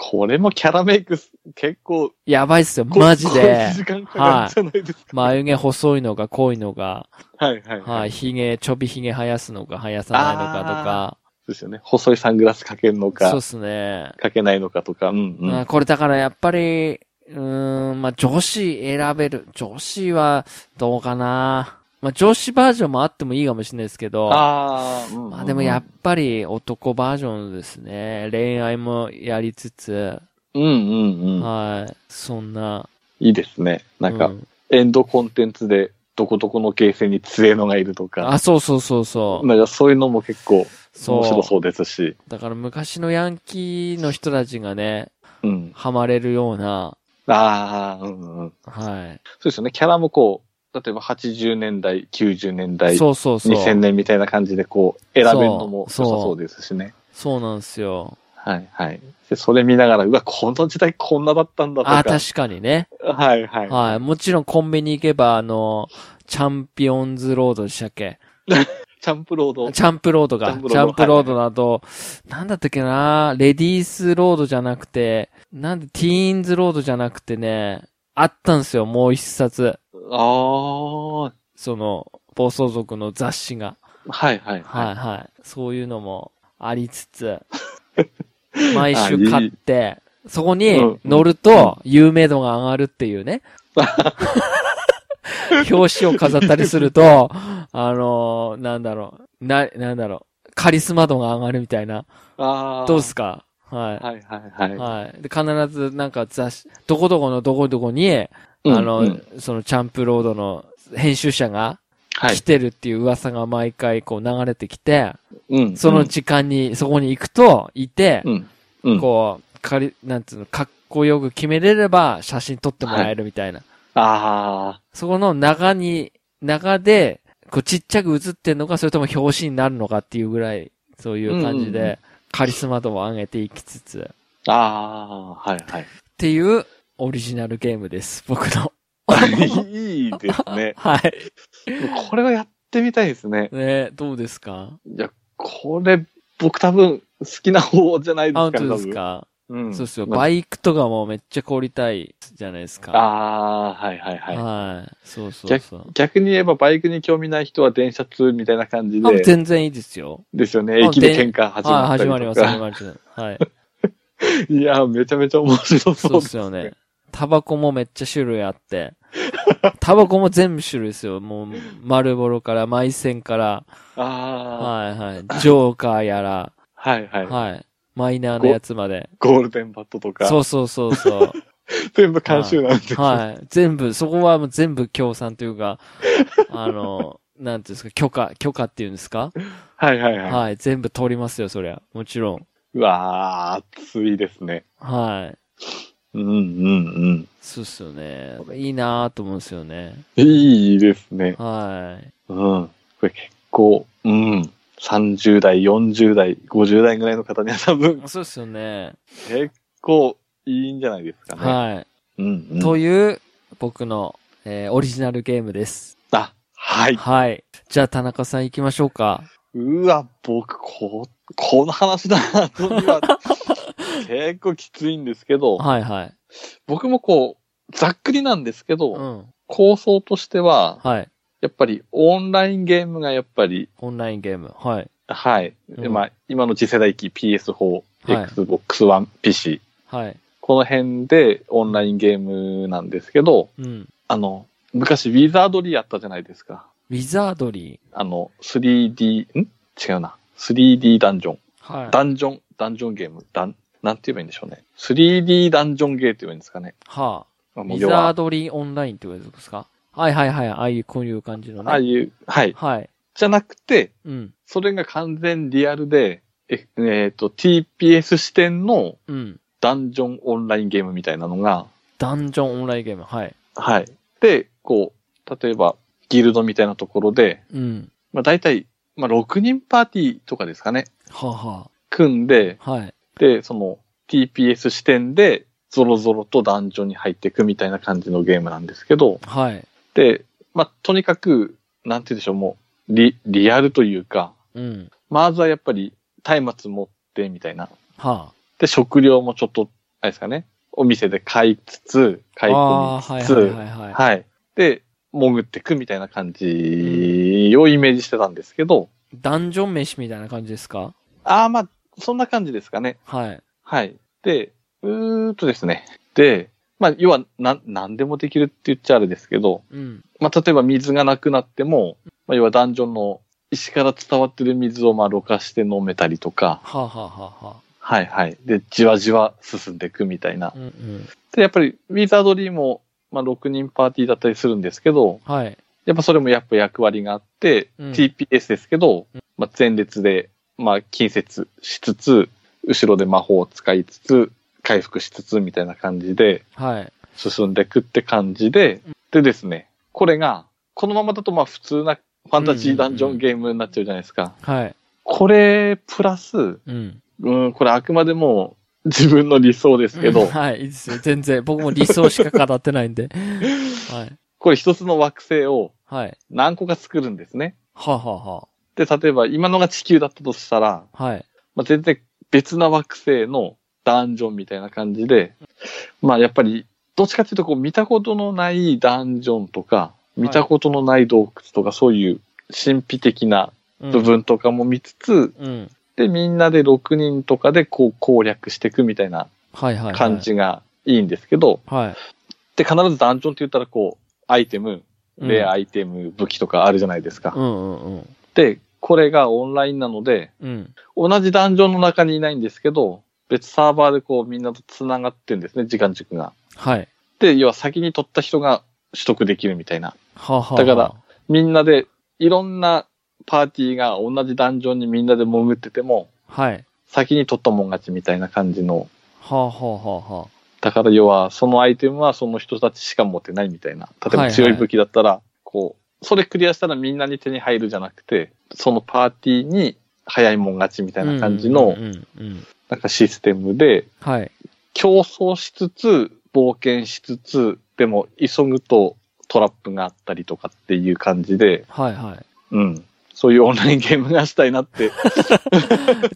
[SPEAKER 2] これもキャラメイクす結構、
[SPEAKER 1] やばいっすよ、マジで
[SPEAKER 2] こ。時間かかるんじゃないですか。
[SPEAKER 1] 眉毛細いのが濃いのが、
[SPEAKER 2] はいはいは。
[SPEAKER 1] はいい、ひげ、ちょびひげ生やすのか生やさないのか
[SPEAKER 2] そうですよね。細いサングラスかけるの
[SPEAKER 1] とか、そう
[SPEAKER 2] か
[SPEAKER 1] っ、すね。
[SPEAKER 2] かけないのかとか。うんうん。
[SPEAKER 1] まあこれだからやっぱり、うーん、まあ女子選べる。女子はどうかな。まあ女子バージョンもあってもいいかもしれないですけど、
[SPEAKER 2] ああ、うんうん
[SPEAKER 1] まあでもやっぱり男バージョンですね。恋愛もやりつつ、
[SPEAKER 2] うんうんうん。
[SPEAKER 1] はい。そんな。
[SPEAKER 2] いいですね。なん
[SPEAKER 1] う
[SPEAKER 2] か、エンドコンテンツで、どこどこのゲーセンに強いのがいるとか。
[SPEAKER 1] あ、そうそうそうそう。
[SPEAKER 2] なんかそういうのも結構面白
[SPEAKER 1] そ
[SPEAKER 2] そうですし。
[SPEAKER 1] う。だから昔のヤンキーの人たちがね、
[SPEAKER 2] うん。
[SPEAKER 1] ハマれるような、
[SPEAKER 2] ああ、うんうん。
[SPEAKER 1] は
[SPEAKER 2] そうですよね。キャラもこう、例えば80年代、90年代、
[SPEAKER 1] い。そうそうそう。
[SPEAKER 2] 2000年みたいな感じでこう、選べるのも良さそうですしね。
[SPEAKER 1] そうなんですよ。
[SPEAKER 2] はいはい。で、それ見ながら、うわ、この時代こんなだったんだとか。
[SPEAKER 1] あ、確かにね。
[SPEAKER 2] はいはい。
[SPEAKER 1] はい。もちろんコンビニ行けば、あの、チャンピオンズロードでしたっけ
[SPEAKER 2] チャンプロード。
[SPEAKER 1] チャンプロードが。チ
[SPEAKER 2] チ
[SPEAKER 1] ャ
[SPEAKER 2] ャン
[SPEAKER 1] ン
[SPEAKER 2] プ
[SPEAKER 1] プ
[SPEAKER 2] ロ
[SPEAKER 1] ロ
[SPEAKER 2] ー
[SPEAKER 1] ー
[SPEAKER 2] ド
[SPEAKER 1] ドだと、なんだったっけなレディースロードじゃなくて、なんでティーンズロードじゃなくてね、あったんですよ、もう一冊。
[SPEAKER 2] あ
[SPEAKER 1] その、暴走族の雑誌が。
[SPEAKER 2] あ、はいはい
[SPEAKER 1] はい
[SPEAKER 2] は
[SPEAKER 1] はい。そういうのもありつ
[SPEAKER 2] (laughs)
[SPEAKER 1] つ、毎週買って、そこに乗ると、有名度が上がるっていう
[SPEAKER 2] (laughs)
[SPEAKER 1] ね。表紙を飾ったりすると、あのーなんだろう、な、なんだろう、カリスマ度が上がるみたいな。
[SPEAKER 2] い。ああ。
[SPEAKER 1] どうすかは
[SPEAKER 2] はいはい
[SPEAKER 1] い。
[SPEAKER 2] はい。
[SPEAKER 1] はい。で、必ずなんか雑誌、どこどこのどこどこに、あ
[SPEAKER 2] うん
[SPEAKER 1] の、
[SPEAKER 2] うん
[SPEAKER 1] そのチャンプロードの編集者が
[SPEAKER 2] は
[SPEAKER 1] 来てるっていう噂が毎回こう流れてきて、
[SPEAKER 2] い。
[SPEAKER 1] その時間に、そこに行くと、いて
[SPEAKER 2] う、ん、うん。うん。
[SPEAKER 1] こう、かり、なんつうの、かっこよく決めれれば、写真撮ってもらえるみたいな。
[SPEAKER 2] あ
[SPEAKER 1] そこの中に、中で、こうちっちゃく写ってんのか、それとも表紙になるのかっていうぐらい、そういう感じ
[SPEAKER 2] うんうんうん
[SPEAKER 1] で、カリスマ度を上げていきつつ、っ
[SPEAKER 2] あ、ああ、はいはい。
[SPEAKER 1] ていう、オリジナルゲームです、僕
[SPEAKER 2] (laughs)
[SPEAKER 1] の。 (laughs)
[SPEAKER 2] いいですね。
[SPEAKER 1] はい。
[SPEAKER 2] これはやってみたいですね。
[SPEAKER 1] ねどうですか
[SPEAKER 2] いや、これ、僕多分、好きな方じゃないです
[SPEAKER 1] アウ
[SPEAKER 2] か、
[SPEAKER 1] トですか
[SPEAKER 2] 多分。うん。
[SPEAKER 1] そうっすよ。
[SPEAKER 2] まあ
[SPEAKER 1] バイクとかもめっちゃ凍りたいじゃないですか。
[SPEAKER 2] ああ、はいはいはい。
[SPEAKER 1] はい。そうそうそう。
[SPEAKER 2] 逆に言えばバイクに興味ない人は電車通みたいな感じ
[SPEAKER 1] あ
[SPEAKER 2] で、
[SPEAKER 1] 全然いいですよ。
[SPEAKER 2] ですよね。
[SPEAKER 1] あ
[SPEAKER 2] 駅で喧嘩始
[SPEAKER 1] は
[SPEAKER 2] ま
[SPEAKER 1] い、
[SPEAKER 2] っ
[SPEAKER 1] 始
[SPEAKER 2] たり
[SPEAKER 1] まりま
[SPEAKER 2] と
[SPEAKER 1] す、始
[SPEAKER 2] か。
[SPEAKER 1] まります。
[SPEAKER 2] (laughs)
[SPEAKER 1] はい。
[SPEAKER 2] いや、めちゃめちゃ面白そう
[SPEAKER 1] そうっすよね。タバコもめっちゃ種類あって。 (laughs) タバコも全部種類ですよ。もう、丸ボロから、マイセンから、
[SPEAKER 2] あ
[SPEAKER 1] はいは
[SPEAKER 2] (laughs)
[SPEAKER 1] い。ジョーカーやら、
[SPEAKER 2] あ、はいはい。
[SPEAKER 1] はい。マイナーのやつまで。
[SPEAKER 2] ゴールデンバットとか、
[SPEAKER 1] そうそうそう
[SPEAKER 2] (laughs)
[SPEAKER 1] そう。
[SPEAKER 2] 全部監修なんですよ。
[SPEAKER 1] はい。全部、そこはもう全部協賛という
[SPEAKER 2] (laughs)
[SPEAKER 1] か、あの、なんていうんですか、許可、許可っていうんですか
[SPEAKER 2] はいはいはい。
[SPEAKER 1] はい。全部通りますよ、そりゃ。もちろん。
[SPEAKER 2] うわあ、熱いですね。
[SPEAKER 1] はい。
[SPEAKER 2] うんうん
[SPEAKER 1] そうっすよね。いいなーと思うんですよね。
[SPEAKER 2] うん。いいですね。
[SPEAKER 1] はい。
[SPEAKER 2] うん。これ結構、うん。30代、40代、50代ぐらいの方には多
[SPEAKER 1] (laughs)
[SPEAKER 2] 分、
[SPEAKER 1] そうですよね。
[SPEAKER 2] 結構いいんじゃないですかね。
[SPEAKER 1] は
[SPEAKER 2] うん、う
[SPEAKER 1] い。
[SPEAKER 2] ん。
[SPEAKER 1] という僕の、えーオリジナルゲームです。
[SPEAKER 2] あ、はい。
[SPEAKER 1] はい。じゃあ、田中さん行きましょうか。
[SPEAKER 2] うわ、僕、こ、この話だな、とは、
[SPEAKER 1] (laughs)
[SPEAKER 2] 結構きついんですけど、
[SPEAKER 1] はいはい。
[SPEAKER 2] 僕もこう、ざっくりなんですけど、
[SPEAKER 1] うん。
[SPEAKER 2] 構想としては、
[SPEAKER 1] はい。
[SPEAKER 2] やっぱりオンラインゲームがやっぱり、
[SPEAKER 1] オンラインゲーム。はい。
[SPEAKER 2] はい。
[SPEAKER 1] うん
[SPEAKER 2] まあ、今の次世代機 PS4、
[SPEAKER 1] はい
[SPEAKER 2] Xbox One、PC。
[SPEAKER 1] はい。
[SPEAKER 2] この辺でオンラインゲームなんですけど、
[SPEAKER 1] うん。
[SPEAKER 2] あの、昔ウィザードリーやったじゃないですか。
[SPEAKER 1] ウィザードリ
[SPEAKER 2] あの、3D、ん違うな。3D ダンジョン。
[SPEAKER 1] ー。はい。
[SPEAKER 2] ダンジョン、ダンジョンゲーム。ダン、なんて言えばいいんでしょうね。3D ダンジョンゲーって言うんですかね。
[SPEAKER 1] はあ。
[SPEAKER 2] ウ
[SPEAKER 1] ウィザードリーオンラインってことですかはいはいはい。ああいう、こういう感じのね。
[SPEAKER 2] ああいう、はい。
[SPEAKER 1] はい。
[SPEAKER 2] じゃなくて、
[SPEAKER 1] うん。
[SPEAKER 2] それが完全リアルで、ええーと、TPS 視点の
[SPEAKER 1] うん。
[SPEAKER 2] ダンジョンオンラインゲームみたいなのが、
[SPEAKER 1] ダンジョンオンラインゲーム。はい。
[SPEAKER 2] はい。で、こう、例えば、ギルドみたいなところで、
[SPEAKER 1] うん。
[SPEAKER 2] まあ大体、まあ6人パーティーとかですかね、
[SPEAKER 1] はあ、は
[SPEAKER 2] 組んで、
[SPEAKER 1] あ。はい。
[SPEAKER 2] で、その TPS 視点で、ゾロゾロとダンジョンに入っていくみたいな感じのゲームなんですけど、
[SPEAKER 1] はい。
[SPEAKER 2] で、まあとにかく、なんて言うんでしょう、もう、リ、リアルというか、
[SPEAKER 1] うん。
[SPEAKER 2] まずはやっぱり、松明持って、みたいな。
[SPEAKER 1] は
[SPEAKER 2] で、食料もちょっと、あれですかね、お店で買いつつ、
[SPEAKER 1] あ。
[SPEAKER 2] 買い込
[SPEAKER 1] あーは
[SPEAKER 2] み
[SPEAKER 1] い
[SPEAKER 2] つ
[SPEAKER 1] は
[SPEAKER 2] つ、
[SPEAKER 1] いはいはい。
[SPEAKER 2] はい。で、潜ってくみたいな感じをイメージしてたんですけど、
[SPEAKER 1] ダンジョン飯みたいな感じですか
[SPEAKER 2] ああ、まあ、そんな感じですかね。
[SPEAKER 1] はい。
[SPEAKER 2] はい。で、うーっとですね。で、まあ、要は、なん、なんでもできるって言っちゃあれですけど、
[SPEAKER 1] うん。
[SPEAKER 2] まあ、例えば水がなくなっても、まあ、要はダンジョンの石から伝わってる水を、まあ、ろ過して飲めたりとか、
[SPEAKER 1] はあ、はあはあは
[SPEAKER 2] はいはい。で、じわじわ進んでいくみたいな
[SPEAKER 1] あ、う。んうん。
[SPEAKER 2] で、やっぱり、ウィザードリーも、まあ、6人パーティーだったりするんですけど、
[SPEAKER 1] はい。
[SPEAKER 2] やっぱそれもやっぱ役割があって、
[SPEAKER 1] うん
[SPEAKER 2] TPS ですけど、
[SPEAKER 1] うん
[SPEAKER 2] まあ、前列で、まあ、近接しつつ、後ろで魔法を使いつつ、回復しつつみたいな感じで
[SPEAKER 1] はい。
[SPEAKER 2] 進んでいくって感じで、でですね、これが、このままだとまあ普通なファンタジーダンジョンゲームになっちゃうじゃないですか。
[SPEAKER 1] はい。
[SPEAKER 2] これ、プラス、
[SPEAKER 1] うん。
[SPEAKER 2] うん、これあくまでも自分の理想ですけ
[SPEAKER 1] う
[SPEAKER 2] ど
[SPEAKER 1] ん、 (laughs) はい。いいですよ。全然。僕も理想しか語ってないん (laughs) で。はい。
[SPEAKER 2] これ一つの惑星を
[SPEAKER 1] はい。
[SPEAKER 2] 何個か作るんですね。
[SPEAKER 1] はあ、はあは
[SPEAKER 2] で、例えば今のが地球だったとしたら、
[SPEAKER 1] あ、はい。
[SPEAKER 2] まあ、全然別な惑星のダンジョンみたいな感じで、まあやっぱり、どっちかっていうとこう見たことのないダンジョンとか、
[SPEAKER 1] い
[SPEAKER 2] 見たことのない洞窟とか、そういう神秘的な
[SPEAKER 1] うん
[SPEAKER 2] 部。分とかも見つつ、
[SPEAKER 1] うん。
[SPEAKER 2] で、みんなで6人とかでこう攻略していくみたいな
[SPEAKER 1] はいはい、はい。
[SPEAKER 2] 感。じがいいんですけど、
[SPEAKER 1] はい。
[SPEAKER 2] で、必ずダンジョンって言ったらこう、アイテム、レアアイテム、武器とかあるじゃないですか。
[SPEAKER 1] うんうんうん。
[SPEAKER 2] で、これがオンラインなので、
[SPEAKER 1] うん。
[SPEAKER 2] 同じダンジョンの中にいないんですけど、別サーバーでこうみんなと繋がってんですね、時間軸が。
[SPEAKER 1] はい。
[SPEAKER 2] で、要は先に取った人が取得できるみたいな。
[SPEAKER 1] はあ、はあ。
[SPEAKER 2] だから、みんなで、いろんなパーティーが同じダンジョンにみんなで潜ってても、
[SPEAKER 1] はい。
[SPEAKER 2] 先に取ったもん勝ちみたいな感じの。
[SPEAKER 1] はあ、はあはあはあ。
[SPEAKER 2] だから要は、そのアイテムはその人たちしか持ってないみたいな。例
[SPEAKER 1] はい
[SPEAKER 2] え
[SPEAKER 1] は
[SPEAKER 2] ば
[SPEAKER 1] い
[SPEAKER 2] 強い武器だったら、こう、それクリアしたらみんなに手に入るじゃなくて、そのパーティーに早いもん勝ちみたいな感じ
[SPEAKER 1] うん、う
[SPEAKER 2] の
[SPEAKER 1] んうんうん。
[SPEAKER 2] なんかシステムで、
[SPEAKER 1] はい。
[SPEAKER 2] 競争しつつ、冒険しつつ、でも急ぐとトラップがあったりとかっていう感じで、
[SPEAKER 1] はいは
[SPEAKER 2] うん。そういうオンラインゲームがしたい
[SPEAKER 1] (laughs)
[SPEAKER 2] なって、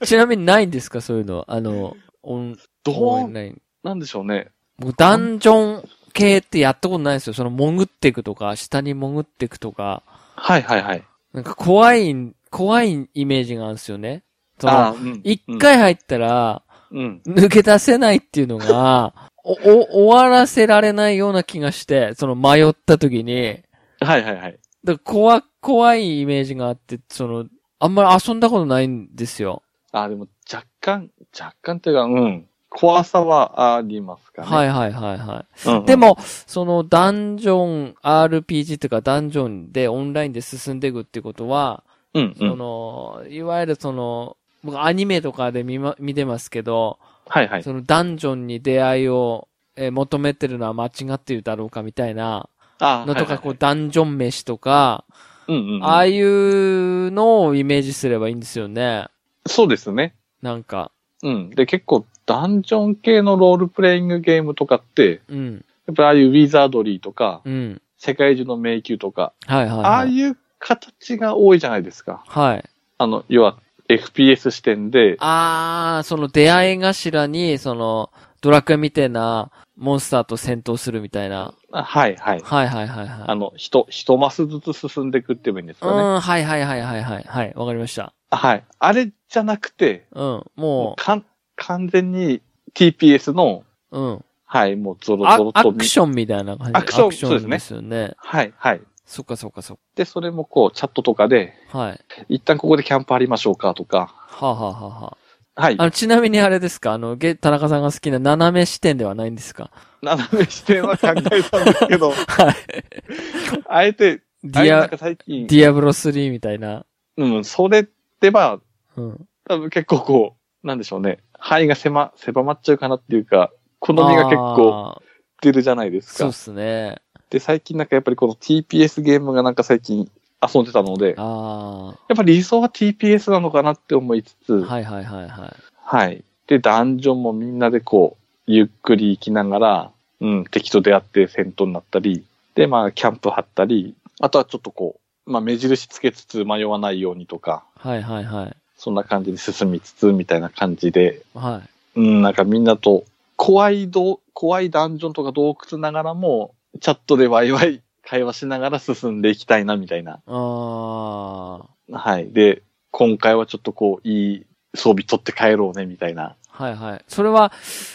[SPEAKER 1] い。ちなみにないんですかそういうの。あの、オン、
[SPEAKER 2] ど
[SPEAKER 1] オ
[SPEAKER 2] う
[SPEAKER 1] ンライン。
[SPEAKER 2] なんでしょうね。
[SPEAKER 1] 僕、ダンジョン系ってやったことないんですよ。その、潜っていくとか、下に潜っていくとか。
[SPEAKER 2] はいはいはい。
[SPEAKER 1] なんか怖いん、怖いイメージがあるんですよね。その
[SPEAKER 2] あー、うん
[SPEAKER 1] 一、回入ったら、
[SPEAKER 2] うん。
[SPEAKER 1] 抜け出せないっていうのが、お、お、終わらせられないような気がして、その迷った時に、
[SPEAKER 2] うん。はいはいはい。
[SPEAKER 1] だから怖、怖いイメージがあって、その、あんまり遊んだことないんですよ。
[SPEAKER 2] あー、でも若干、若干っていうか、うん。怖さはありますかね。
[SPEAKER 1] はいはいはいは
[SPEAKER 2] うんうん
[SPEAKER 1] い。で、も、そのダンジョン、RPG っていうかダンジョンでオンラインで進んでいくっていうことは、
[SPEAKER 2] うんう
[SPEAKER 1] そ
[SPEAKER 2] ん。
[SPEAKER 1] の、いわゆるその、僕アニメとかで見ま、見てますけど、
[SPEAKER 2] はいはい。
[SPEAKER 1] そのダンジョンに出会いを、えー求めてるのは間違っているだろうかみたいな
[SPEAKER 2] あー
[SPEAKER 1] のとか、
[SPEAKER 2] はい
[SPEAKER 1] こ
[SPEAKER 2] はいう
[SPEAKER 1] ダンジョン飯とか、
[SPEAKER 2] うんうんうん
[SPEAKER 1] ああいうのをイメージすればいいんですよね。
[SPEAKER 2] そうですね。
[SPEAKER 1] なんか、
[SPEAKER 2] うん。で、結構、ダンジョン系のロールプレイングゲームとかって、
[SPEAKER 1] うん。
[SPEAKER 2] やっやっぱりああいうウィザードリーとか、
[SPEAKER 1] うん。
[SPEAKER 2] 世界中の迷宮とか、
[SPEAKER 1] はいはい、
[SPEAKER 2] ああ
[SPEAKER 1] はい。
[SPEAKER 2] いう形が多いじゃないですか。
[SPEAKER 1] はい。
[SPEAKER 2] あの、要は FPS 視点で、
[SPEAKER 1] あー、その出会い頭に、その、ドラクエみたいなモンスターと戦闘するみたいな。
[SPEAKER 2] あはいはい。
[SPEAKER 1] はいはいはいは
[SPEAKER 2] あ
[SPEAKER 1] い。
[SPEAKER 2] の、人、一マスずつ進んでいくって言えばいいんですかね。
[SPEAKER 1] うん、はいはいはいはいはい。はい、わかりました。
[SPEAKER 2] はい。あれじゃなくて、
[SPEAKER 1] うん、
[SPEAKER 2] も
[SPEAKER 1] も
[SPEAKER 2] うかん完全に TPS の、
[SPEAKER 1] う、うん。
[SPEAKER 2] はい、もうゾロ
[SPEAKER 1] あ
[SPEAKER 2] ゾロ
[SPEAKER 1] ア
[SPEAKER 2] と
[SPEAKER 1] クションみたいな感じ
[SPEAKER 2] アクション
[SPEAKER 1] ンですよね。
[SPEAKER 2] はい、はい。
[SPEAKER 1] そっかそっかそっ
[SPEAKER 2] で、それもこう、チャットとかで、
[SPEAKER 1] か。はい。
[SPEAKER 2] 一旦ここでキャンプありましょうかとか、
[SPEAKER 1] はあ、はあはあは
[SPEAKER 2] はい
[SPEAKER 1] あ、あ、の、ちなみにあれですかあの、ゲ、田中さんが好きな斜め視点ではないんですか
[SPEAKER 2] 斜め視点は考えたんです
[SPEAKER 1] (laughs)
[SPEAKER 2] けど、
[SPEAKER 1] はい。
[SPEAKER 2] あえて、
[SPEAKER 1] デ
[SPEAKER 2] あれ
[SPEAKER 1] ィ
[SPEAKER 2] なん
[SPEAKER 1] ア
[SPEAKER 2] か、最近
[SPEAKER 1] デ、ィアブロ3みたいな。
[SPEAKER 2] うん、それってまあ、
[SPEAKER 1] うん。
[SPEAKER 2] 多分結構こう、なんでしょうね、範囲が狭、狭まっちゃうかなっていうか、好みが結構
[SPEAKER 1] あー。
[SPEAKER 2] 出るじゃないです
[SPEAKER 1] そう
[SPEAKER 2] か
[SPEAKER 1] っ。すね。
[SPEAKER 2] で、最近なんかやっぱりこの TPS ゲームがなんか最近遊んでたので、
[SPEAKER 1] あ
[SPEAKER 2] やっぱり理想は TPS なのかなって思いつつ、
[SPEAKER 1] あ。
[SPEAKER 2] はい。
[SPEAKER 1] はいはいはいはい。
[SPEAKER 2] で、ダンジョンもみんなでこう、ゆっくり行きながら、うん、敵と出会って戦闘になったり、で、まあ、キャンプ張ったり、あとはちょっとこう、まあ、目印つけつつ迷わないようにとか、
[SPEAKER 1] はいはいはい。
[SPEAKER 2] そんな感じで進みつつ、みたいな感じで、
[SPEAKER 1] はい。
[SPEAKER 2] うん、なんかみんなと、怖いど、怖いダンジョンとか洞窟ながらも、チャットでワイワイ会話しながら進んでいきたいな、みたいな。
[SPEAKER 1] ああ。
[SPEAKER 2] はい。で、今回はちょっとこう、いい装備取って帰ろうね、みたいな。
[SPEAKER 1] はいはい。それは、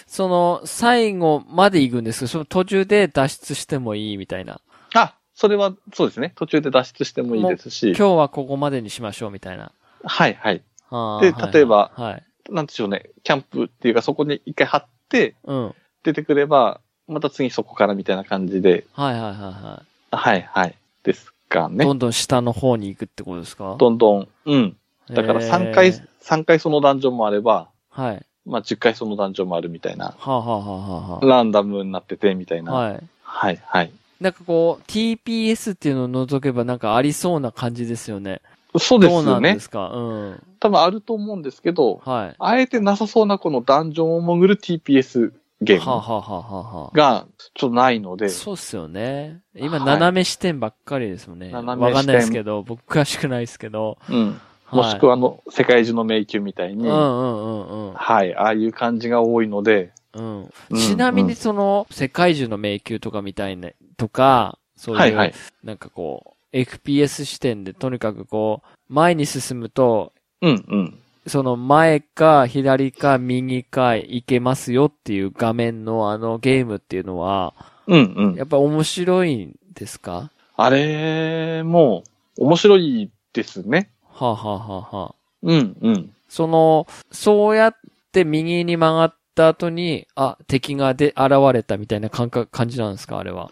[SPEAKER 1] その、最後まで行くんですけど、その途中で脱出してもいいみたいな。
[SPEAKER 2] あ、それは、そうですね。途中で脱出してもいいですし
[SPEAKER 1] 今。日はここまでにしましょうみたいな。
[SPEAKER 2] はい、はい。
[SPEAKER 1] あー
[SPEAKER 2] で
[SPEAKER 1] はいはい
[SPEAKER 2] 例えば
[SPEAKER 1] はい。
[SPEAKER 2] なんでしょうね。キャンプっていうか、そこに一回張って、
[SPEAKER 1] うん。はい
[SPEAKER 2] 出てくれば、また次そこからみたいな感じで。
[SPEAKER 1] はいはいは
[SPEAKER 2] はい、はい。ですか
[SPEAKER 1] い。
[SPEAKER 2] ね
[SPEAKER 1] ど。んどん下の方に行くってことですか
[SPEAKER 2] どんどん。うん。だから
[SPEAKER 1] えー
[SPEAKER 2] 3回、三回そのダンジョンもあれば、
[SPEAKER 1] はい。は
[SPEAKER 2] まあ10回そのダンジョンもあるみたいな。
[SPEAKER 1] あ、はあはあは
[SPEAKER 2] ランダムになってて、みたい
[SPEAKER 1] あ
[SPEAKER 2] な。
[SPEAKER 1] はあ、はい。
[SPEAKER 2] はい、はい。
[SPEAKER 1] なんかこう、TPS っていうのを除けばなんかありそうな感じですよね。
[SPEAKER 2] そうです
[SPEAKER 1] どうな
[SPEAKER 2] よ
[SPEAKER 1] んで
[SPEAKER 2] ね。
[SPEAKER 1] すかうん。
[SPEAKER 2] 多分あると思うんですけど、
[SPEAKER 1] はい。
[SPEAKER 2] あえてなさそうなこのダンジョンを潜る TPS ゲ
[SPEAKER 1] はあ、は
[SPEAKER 2] ー
[SPEAKER 1] あは
[SPEAKER 2] ム
[SPEAKER 1] あはあはあ、
[SPEAKER 2] がちょっとないので、
[SPEAKER 1] そうっすよね。今、
[SPEAKER 2] はい
[SPEAKER 1] 斜め視点ばっかりですもんね。わ
[SPEAKER 2] 斜
[SPEAKER 1] か
[SPEAKER 2] め視点
[SPEAKER 1] んないですけど、僕詳しくないですけど。
[SPEAKER 2] うん、もしく
[SPEAKER 1] は
[SPEAKER 2] はあの世界中の迷宮みたい
[SPEAKER 1] い、
[SPEAKER 2] に、
[SPEAKER 1] うんうんうん
[SPEAKER 2] はい、ああいう感じが多いので、
[SPEAKER 1] うん。うん。
[SPEAKER 2] うん
[SPEAKER 1] ちなみ
[SPEAKER 2] う
[SPEAKER 1] に
[SPEAKER 2] ん
[SPEAKER 1] その、世界中の迷宮とかみたいな、とか、そう、
[SPEAKER 2] はいいうはい。
[SPEAKER 1] なんかこう、FPS 視点でとにかくこう、前に進むと、
[SPEAKER 2] うんうん。
[SPEAKER 1] その前か左か右か行けますよっていう画面のあのゲームっていうのは、
[SPEAKER 2] うんうん。
[SPEAKER 1] やっぱ面白いんですか
[SPEAKER 2] あれも面白いですね。
[SPEAKER 1] はあ、はあはあはあ、
[SPEAKER 2] うんうん。
[SPEAKER 1] その、そうやって右に曲がった後に、あ、敵がで、現れたみたいな感覚、感じなんですかあれは。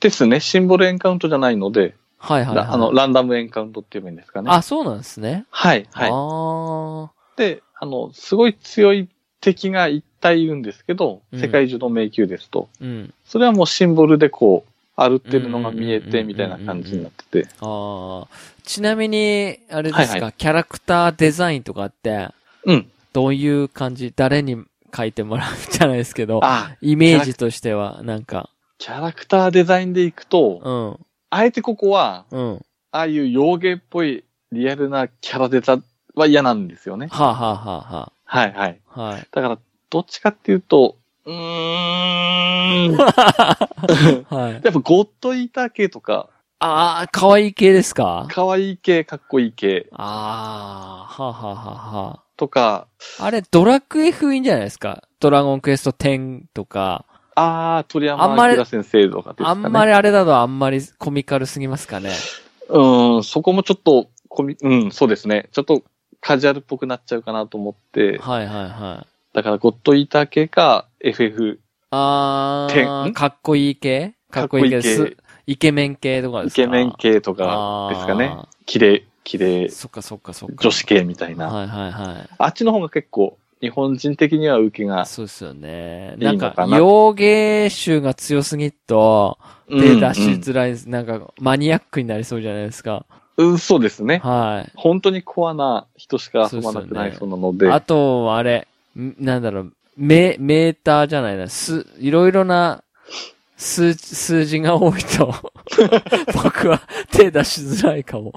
[SPEAKER 2] ですね。シンボルエンカウントじゃないので、
[SPEAKER 1] はいはい、はい。
[SPEAKER 2] ラあの、ランダムエンカウントって言えばいいんですかね。
[SPEAKER 1] あ、そうなんですね。
[SPEAKER 2] はいは
[SPEAKER 1] あ
[SPEAKER 2] い。
[SPEAKER 1] ー
[SPEAKER 2] で、あの、すごい強い敵が一体いるんですけど、
[SPEAKER 1] うん
[SPEAKER 2] 世界中の迷宮ですと。
[SPEAKER 1] うん。
[SPEAKER 2] それはもうシンボルでこう、歩ってるのが見え
[SPEAKER 1] うんうんうんう
[SPEAKER 2] て
[SPEAKER 1] ん
[SPEAKER 2] みたいな感じになってて。
[SPEAKER 1] ああ。ちなみに、あれですか、
[SPEAKER 2] はいは
[SPEAKER 1] キャラクターデザインとかって、
[SPEAKER 2] うん。
[SPEAKER 1] どういう感じ、誰に書いてもらうじゃないですけど、
[SPEAKER 2] あ、
[SPEAKER 1] イメージとしては、なんか、
[SPEAKER 2] キャラクターデザインでいくと、
[SPEAKER 1] うん、
[SPEAKER 2] あえてここは、
[SPEAKER 1] うん。は
[SPEAKER 2] ああいう洋芸っぽいリアルなキャラデザは嫌なんですよね。
[SPEAKER 1] あ、はあは
[SPEAKER 2] はいはい。
[SPEAKER 1] あはあ、はい。
[SPEAKER 2] だから、どっちかっていうと、
[SPEAKER 1] (laughs)
[SPEAKER 2] うーん。やっ
[SPEAKER 1] はい。
[SPEAKER 2] ぱゴッドイーター系とか、
[SPEAKER 1] ああ、可愛い系ですか
[SPEAKER 2] 可愛い系、かっこいい系
[SPEAKER 1] ああ、はあ、はあはあは
[SPEAKER 2] とか、
[SPEAKER 1] あ。あれ、ドラクエ風いいんじゃないですかドラゴンクエスト10とか。
[SPEAKER 2] あー、鳥山
[SPEAKER 1] あんまり
[SPEAKER 2] 明先生とかです
[SPEAKER 1] あ
[SPEAKER 2] か
[SPEAKER 1] ん
[SPEAKER 2] ね。
[SPEAKER 1] まりあれだとあんまりコミカルすぎますかね。
[SPEAKER 2] うーん、そこもちょっとコミ、うん、そうですね。ちょっとカジュアルっぽくなっちゃうかなと思って、
[SPEAKER 1] はいはいはい。
[SPEAKER 2] だからゴッドイーター系か FF、
[SPEAKER 1] ああ、
[SPEAKER 2] 10
[SPEAKER 1] かっこいい系かっこいい系
[SPEAKER 2] かっこいい
[SPEAKER 1] す。イケメン系とかで
[SPEAKER 2] イ
[SPEAKER 1] すか
[SPEAKER 2] ケメン系と
[SPEAKER 1] あ
[SPEAKER 2] か
[SPEAKER 1] ー
[SPEAKER 2] ですかね。綺麗、綺麗、
[SPEAKER 1] そっかそっかそっか。
[SPEAKER 2] 女子系みたいな。
[SPEAKER 1] はいはいはい。
[SPEAKER 2] あっちの方が結構、日本人的には受けが。
[SPEAKER 1] そうですよね。
[SPEAKER 2] いい
[SPEAKER 1] なん
[SPEAKER 2] のかな
[SPEAKER 1] か、洋芸集が強すぎると、手出しづらいです。なんか、マニアックになりそうじゃないですか。
[SPEAKER 2] うんうん、そうですね。
[SPEAKER 1] はい。
[SPEAKER 2] 本当にコアな人しか遊ばなくなりそうなので。
[SPEAKER 1] あと、あれ、んなんだろう、メ、メーターじゃないな、す、いろいろな、数、数字が多い
[SPEAKER 2] (laughs)
[SPEAKER 1] と、僕は手出しづらいかも。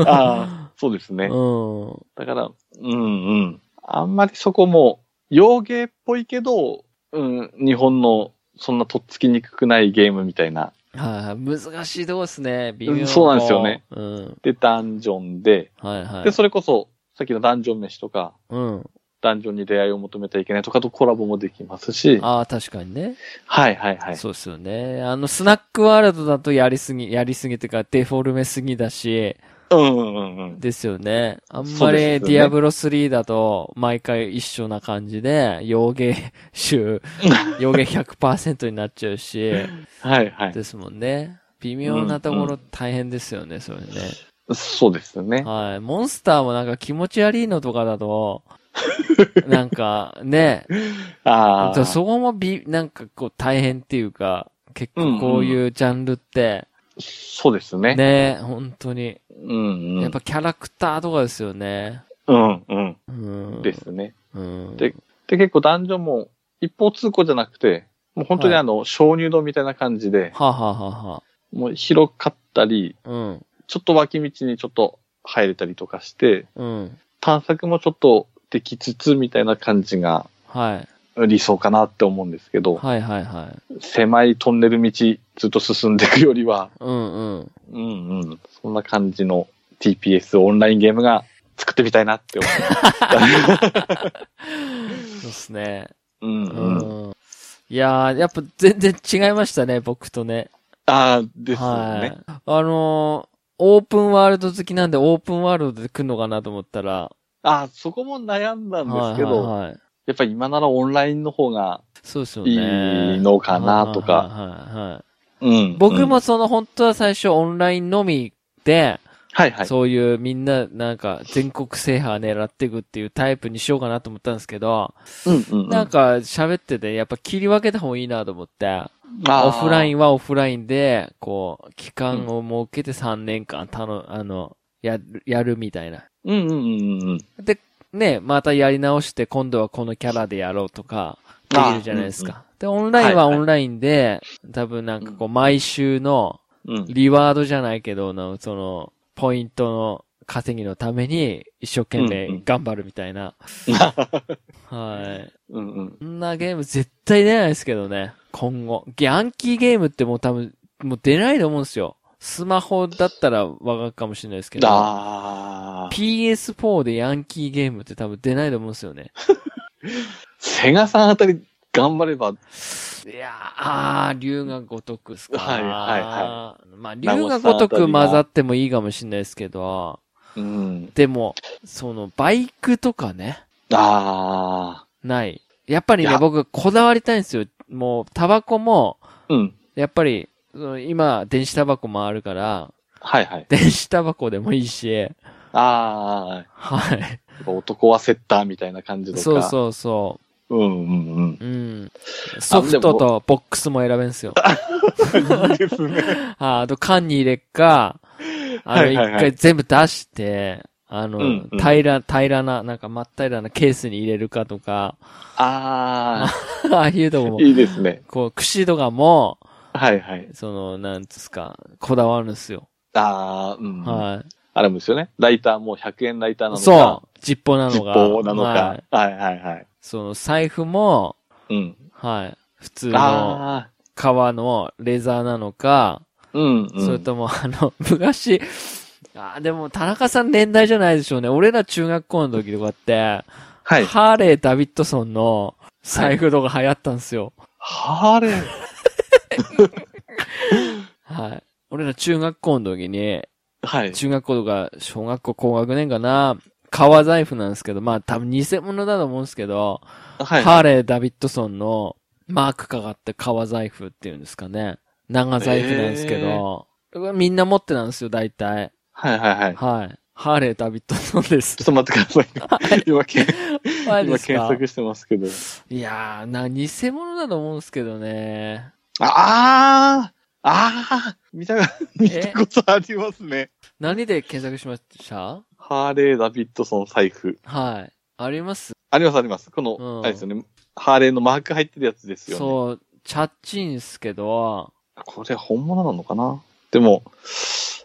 [SPEAKER 2] ああ、そうですね。
[SPEAKER 1] うん。
[SPEAKER 2] だから、うんうん。あんまりそこも、洋芸っぽいけど、うん、日本のそんなとっつきにくくないゲームみたいな。
[SPEAKER 1] はい、難しいとこですね。微
[SPEAKER 2] う
[SPEAKER 1] 妙
[SPEAKER 2] んそうなんですよね。
[SPEAKER 1] うん。
[SPEAKER 2] で、ダンジョンで、
[SPEAKER 1] はいはい。
[SPEAKER 2] で、それこそ、さっきのダンジョン飯とか、
[SPEAKER 1] うん。
[SPEAKER 2] ダンジョンに出会いを求めてはいけないとかとコラボもできますし、
[SPEAKER 1] ああ、確かにね。
[SPEAKER 2] はいはいはい。
[SPEAKER 1] そうですよね。あの、スナックワールドだとやりすぎ、やりすぎっていうか、デフォルメすぎだし、
[SPEAKER 2] うんうんうんうん。
[SPEAKER 1] ですよね。あん
[SPEAKER 2] そ
[SPEAKER 1] ま
[SPEAKER 2] う
[SPEAKER 1] り、
[SPEAKER 2] ですよね
[SPEAKER 1] ディアブロ3だと、毎回一緒な感じで、洋芸
[SPEAKER 2] (laughs)
[SPEAKER 1] 集、洋芸100%になっちゃうし、
[SPEAKER 2] はいはい。
[SPEAKER 1] ですもんね。微妙なところ大変ですよね、それね。
[SPEAKER 2] そうですね。
[SPEAKER 1] はい。モンスターもなんか気持ち悪いのとかだ
[SPEAKER 2] (laughs)
[SPEAKER 1] と、なんかね、
[SPEAKER 2] ああ。
[SPEAKER 1] そこもび、なんかこう大変っていうか、結構こういうジャンルって、
[SPEAKER 2] そうですね。
[SPEAKER 1] ね、本当に。
[SPEAKER 2] うんうん。
[SPEAKER 1] やっぱキャラクターとかですよね。
[SPEAKER 2] うんうん。
[SPEAKER 1] うん。
[SPEAKER 2] ですね。
[SPEAKER 1] うん。
[SPEAKER 2] でで、結構ダンジョンも一方通行じゃなくて、もう本当にあの、鍾乳洞みたいな感じで、
[SPEAKER 1] はあ、はあはあは
[SPEAKER 2] もう広かったり、
[SPEAKER 1] あ、うん。
[SPEAKER 2] ちょっと脇道にちょっと入れたりとかして、
[SPEAKER 1] うん。
[SPEAKER 2] 探索もちょっとできつつみたいな感じが
[SPEAKER 1] はい。
[SPEAKER 2] 理想かなって思うんですけど、
[SPEAKER 1] はいはいはい。
[SPEAKER 2] 狭いトンネル道ずっと進んでいくよりは、
[SPEAKER 1] うんうん。
[SPEAKER 2] うんうん、そんな感じの TPS オンラインゲームが作ってみたいなって思
[SPEAKER 1] そうですね。 (laughs)
[SPEAKER 2] う。うん
[SPEAKER 1] う
[SPEAKER 2] うん。
[SPEAKER 1] ん。いやー、やっぱ全然違いましたね、僕とね。
[SPEAKER 2] ああ、ですよ
[SPEAKER 1] は
[SPEAKER 2] ね。
[SPEAKER 1] い。あのーオープンワールド好きなんで、オープンワールドで来るのかなと思ったら。
[SPEAKER 2] ああ、そこも悩んだんですけ
[SPEAKER 1] はいは
[SPEAKER 2] ど、
[SPEAKER 1] いはい
[SPEAKER 2] やっぱり今ならオンラインの方が、
[SPEAKER 1] そうですよ
[SPEAKER 2] い
[SPEAKER 1] ね。
[SPEAKER 2] いのかなとか
[SPEAKER 1] はいはいはいはい
[SPEAKER 2] うん
[SPEAKER 1] 僕、もその本当は最初オンラインのみで、
[SPEAKER 2] はいはい。
[SPEAKER 1] そういうみんななんか全国制覇狙っていくっていうタイプにしようかなと思ったんですけど、
[SPEAKER 2] うんうんうん
[SPEAKER 1] なんか喋っててやっぱ切り分けた方がいいなと思って、
[SPEAKER 2] あー
[SPEAKER 1] オフラインはオフラインで、こう、期間を設けて3年間、たの、あの、やる、やるみたいな。
[SPEAKER 2] うんうんうんうん。
[SPEAKER 1] で、ね、またやり直して、今度はこのキャラでやろうとか、できるじゃないですか。で、オンラインは
[SPEAKER 2] はいはい
[SPEAKER 1] オンラインで、多分なんかこう、毎週の、
[SPEAKER 2] うん。うん。
[SPEAKER 1] リワードじゃないけど、のその、ポイントの稼ぎのために、一生懸
[SPEAKER 2] うんう
[SPEAKER 1] 命
[SPEAKER 2] ん
[SPEAKER 1] 頑張るみたい
[SPEAKER 2] (laughs)
[SPEAKER 1] な。はい。
[SPEAKER 2] うんうん。
[SPEAKER 1] そんなゲーム絶対出ないですけどね、今後。ヤンキーゲームってもう多分、もう出ないと思うんですよ。スマホだったらわかるかもしれないですけど。
[SPEAKER 2] あー
[SPEAKER 1] PS4 でヤンキーゲームって多分出ないと思うんですよね。
[SPEAKER 2] セガさんあたり頑張れば、
[SPEAKER 1] (laughs) いやー、あー龍が如くですか。
[SPEAKER 2] はいはいは
[SPEAKER 1] まあ、龍が如く混ざってもいいかもしれないですけど、
[SPEAKER 2] うん。
[SPEAKER 1] でも、その、バイクとかね、
[SPEAKER 2] あ
[SPEAKER 1] ない。やっぱり
[SPEAKER 2] い
[SPEAKER 1] ね、
[SPEAKER 2] や
[SPEAKER 1] 僕こだわりたいんですよ。もう、タバコも、
[SPEAKER 2] ーうん。
[SPEAKER 1] やっぱり、その今、電子タバコもあるから、
[SPEAKER 2] はいはい。
[SPEAKER 1] 電子タバコでもいいし、
[SPEAKER 2] ああ、
[SPEAKER 1] はい。
[SPEAKER 2] やっぱ男はセッターみたいな感じとか。。
[SPEAKER 1] そうそうそう
[SPEAKER 2] うんうん
[SPEAKER 1] う。うん。ソフトとボックスも選べんすよ。
[SPEAKER 2] うん。いいですね。
[SPEAKER 1] ああと缶に入れっか、あ
[SPEAKER 2] は
[SPEAKER 1] れ
[SPEAKER 2] い
[SPEAKER 1] 一
[SPEAKER 2] はいはい
[SPEAKER 1] 回全部出して、あの、
[SPEAKER 2] うんうん
[SPEAKER 1] 平ら、平らな、なんか真っ平らなケースに入れるかとか、 (laughs)
[SPEAKER 2] あ
[SPEAKER 1] ああいうとこ
[SPEAKER 2] あ、
[SPEAKER 1] も、
[SPEAKER 2] いいですね。
[SPEAKER 1] こう、串とかも、
[SPEAKER 2] はいはい。
[SPEAKER 1] その、なんつうか、こだわるんですよ。
[SPEAKER 2] ああ、うん。
[SPEAKER 1] は。
[SPEAKER 2] あれもですよね。ライターも100円ライターないのか。
[SPEAKER 1] そう、ジッポーなの
[SPEAKER 2] 実
[SPEAKER 1] が。
[SPEAKER 2] 報なの
[SPEAKER 1] は
[SPEAKER 2] か
[SPEAKER 1] い。
[SPEAKER 2] はいはいはい。
[SPEAKER 1] その、財布も、
[SPEAKER 2] うん。
[SPEAKER 1] はい。普通の
[SPEAKER 2] あ
[SPEAKER 1] 革のレザーなのか、
[SPEAKER 2] あ、うん、うん。
[SPEAKER 1] それとも、あの、 (laughs) 昔、あーでも、田中さん年代じゃないでしょうね。俺ら中学校の時とかって、
[SPEAKER 2] はい。
[SPEAKER 1] ハーレー・ダビッドソンの財布とか流行ったんですよ。
[SPEAKER 2] ハーレー。
[SPEAKER 1] はい。俺ら中学校の時に、
[SPEAKER 2] はい。
[SPEAKER 1] 中学校とか小学校高学年かな、革財布なんですけど、まあ多分偽物だと思うんですけど、
[SPEAKER 2] はい。
[SPEAKER 1] ハーレー・ダビッドソンのマークかかった革財布っていうんですかね。長財布なんですけど、みんな持ってたんですよ、大体。
[SPEAKER 2] はいはいはい。ちょ
[SPEAKER 1] はい。ハーレー・ダビッドソンです
[SPEAKER 2] っ。と待ってく
[SPEAKER 1] (laughs)
[SPEAKER 2] ださい。今、けん
[SPEAKER 1] マジで
[SPEAKER 2] 今
[SPEAKER 1] すか
[SPEAKER 2] 検索してますけど。
[SPEAKER 1] いやー、な、偽物だと思うんですけどね。
[SPEAKER 2] ああああ見た、見たことありますね。
[SPEAKER 1] 何で検索しました
[SPEAKER 2] ハーレー・ダビッドソン財布。
[SPEAKER 1] はい。あります
[SPEAKER 2] ありますあります。こ
[SPEAKER 1] うん
[SPEAKER 2] の、あれですよね。ハーレーのマーク入ってるやつですよね。
[SPEAKER 1] そう、チャッチンすけど、
[SPEAKER 2] これ本物なのかなでも、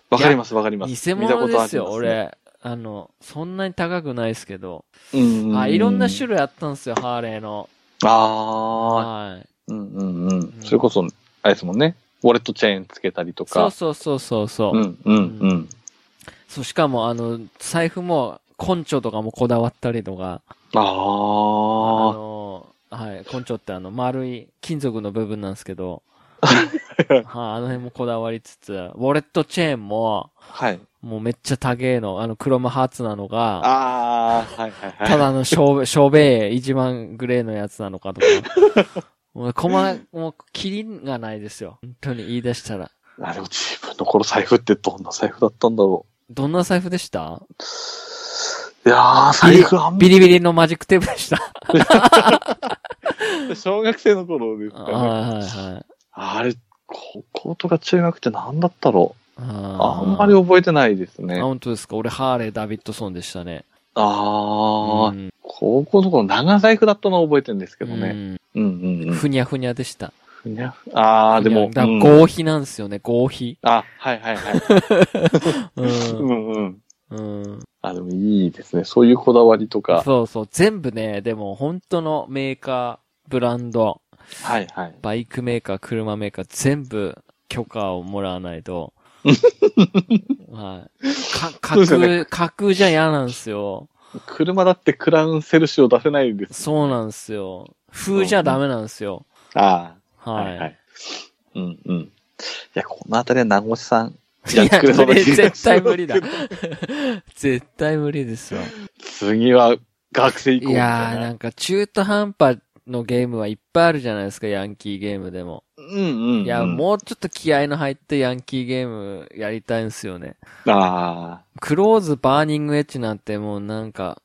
[SPEAKER 2] わかりますわかります。
[SPEAKER 1] 偽
[SPEAKER 2] 見た
[SPEAKER 1] 物
[SPEAKER 2] こと
[SPEAKER 1] で
[SPEAKER 2] あ
[SPEAKER 1] す
[SPEAKER 2] り
[SPEAKER 1] よ、
[SPEAKER 2] ますね。
[SPEAKER 1] 俺。あの、そんなに高くないですけど。
[SPEAKER 2] うん。
[SPEAKER 1] あ、いろんな種
[SPEAKER 2] 類。
[SPEAKER 1] 類あったんですよ、ハーレーの。
[SPEAKER 2] ああ。
[SPEAKER 1] はい。
[SPEAKER 2] うんうんうん。それこそ、あれですもんね。ウォレットチェーンつけたりとか。
[SPEAKER 1] そうそうそうそうそう。
[SPEAKER 2] うんうんうん。
[SPEAKER 1] そう、しかも、あの、財布も、根性とかもこだわったりとか、あ
[SPEAKER 2] あ
[SPEAKER 1] の、はい、根性ってあの、丸い金属の部分なんですけ
[SPEAKER 2] (laughs)
[SPEAKER 1] ど、はい、あの辺もこだわりつつ、ウォレットチェーンも
[SPEAKER 2] あ。、はい。
[SPEAKER 1] もうめっちゃ高えの、あの、クロムハーツなのが、
[SPEAKER 2] ああ、はいはいはい。
[SPEAKER 1] ただのショーベ、ショーベー1万グレーのやつなのか
[SPEAKER 2] (laughs)
[SPEAKER 1] とか、もう、こま、もう、キリがないですよ。本当に言い出したら。
[SPEAKER 2] あでも自分の頃財布ってどんな財布だったんだろ
[SPEAKER 1] どんな財布でした
[SPEAKER 2] う。いやー、財布あんま
[SPEAKER 1] ビリビリのマジックテープでした。
[SPEAKER 2] り小学生の頃です
[SPEAKER 1] は
[SPEAKER 2] か
[SPEAKER 1] い
[SPEAKER 2] ね。
[SPEAKER 1] はいはい。
[SPEAKER 2] あれ、高校とか中学って何だったろう。
[SPEAKER 1] あ
[SPEAKER 2] あんまり覚えてないですね
[SPEAKER 1] あ、。本当ですか。俺、ハーレー・ダビッドソンでしたね。
[SPEAKER 2] ああ、
[SPEAKER 1] うん
[SPEAKER 2] 高校の頃長財布だったのは覚えてるんですけどね。うんうん
[SPEAKER 1] う
[SPEAKER 2] うんん。
[SPEAKER 1] ふにゃふにゃでした。
[SPEAKER 2] ふにゃふああ、でも。
[SPEAKER 1] だから
[SPEAKER 2] うん
[SPEAKER 1] 合皮なんですよね、合皮。
[SPEAKER 2] あ、はいはいはい。
[SPEAKER 1] う。
[SPEAKER 2] うんん (laughs) うん。
[SPEAKER 1] うん。
[SPEAKER 2] あ、でもいいですね。そういうこだわりとか。
[SPEAKER 1] そうそう。全部ね、でも、本当のメーカー、ブランド、
[SPEAKER 2] はいはい。
[SPEAKER 1] バイクメーカー、車メーカー、全部許可をもらわないと。はい。か、
[SPEAKER 2] (laughs) そうですよ
[SPEAKER 1] 架空、架空じゃ嫌なんですよ。
[SPEAKER 2] 車だってクラウンセルシオ出せないです。
[SPEAKER 1] そうなんですよ。風じゃダメなんですよ。
[SPEAKER 2] ああ、はい
[SPEAKER 1] は。
[SPEAKER 2] はいい。うんうん。いや、このあたりは名越さん。
[SPEAKER 1] いや、
[SPEAKER 2] 作れそうな気が
[SPEAKER 1] 絶対無理だ (laughs)
[SPEAKER 2] する。
[SPEAKER 1] 絶対無理ですよ。
[SPEAKER 2] 次は学生行こう
[SPEAKER 1] い
[SPEAKER 2] みたい
[SPEAKER 1] や
[SPEAKER 2] な。
[SPEAKER 1] ー、なんか中途半端のゲームはいっぱいあるじゃないですか、ヤンキーゲームでも。
[SPEAKER 2] うんうん、うん。
[SPEAKER 1] いや、もうちょっと気合の入ったヤンキーゲームやりたいんですよね。
[SPEAKER 2] あ
[SPEAKER 1] クローズバーニングエッジなんてもうなん
[SPEAKER 2] (laughs)
[SPEAKER 1] か、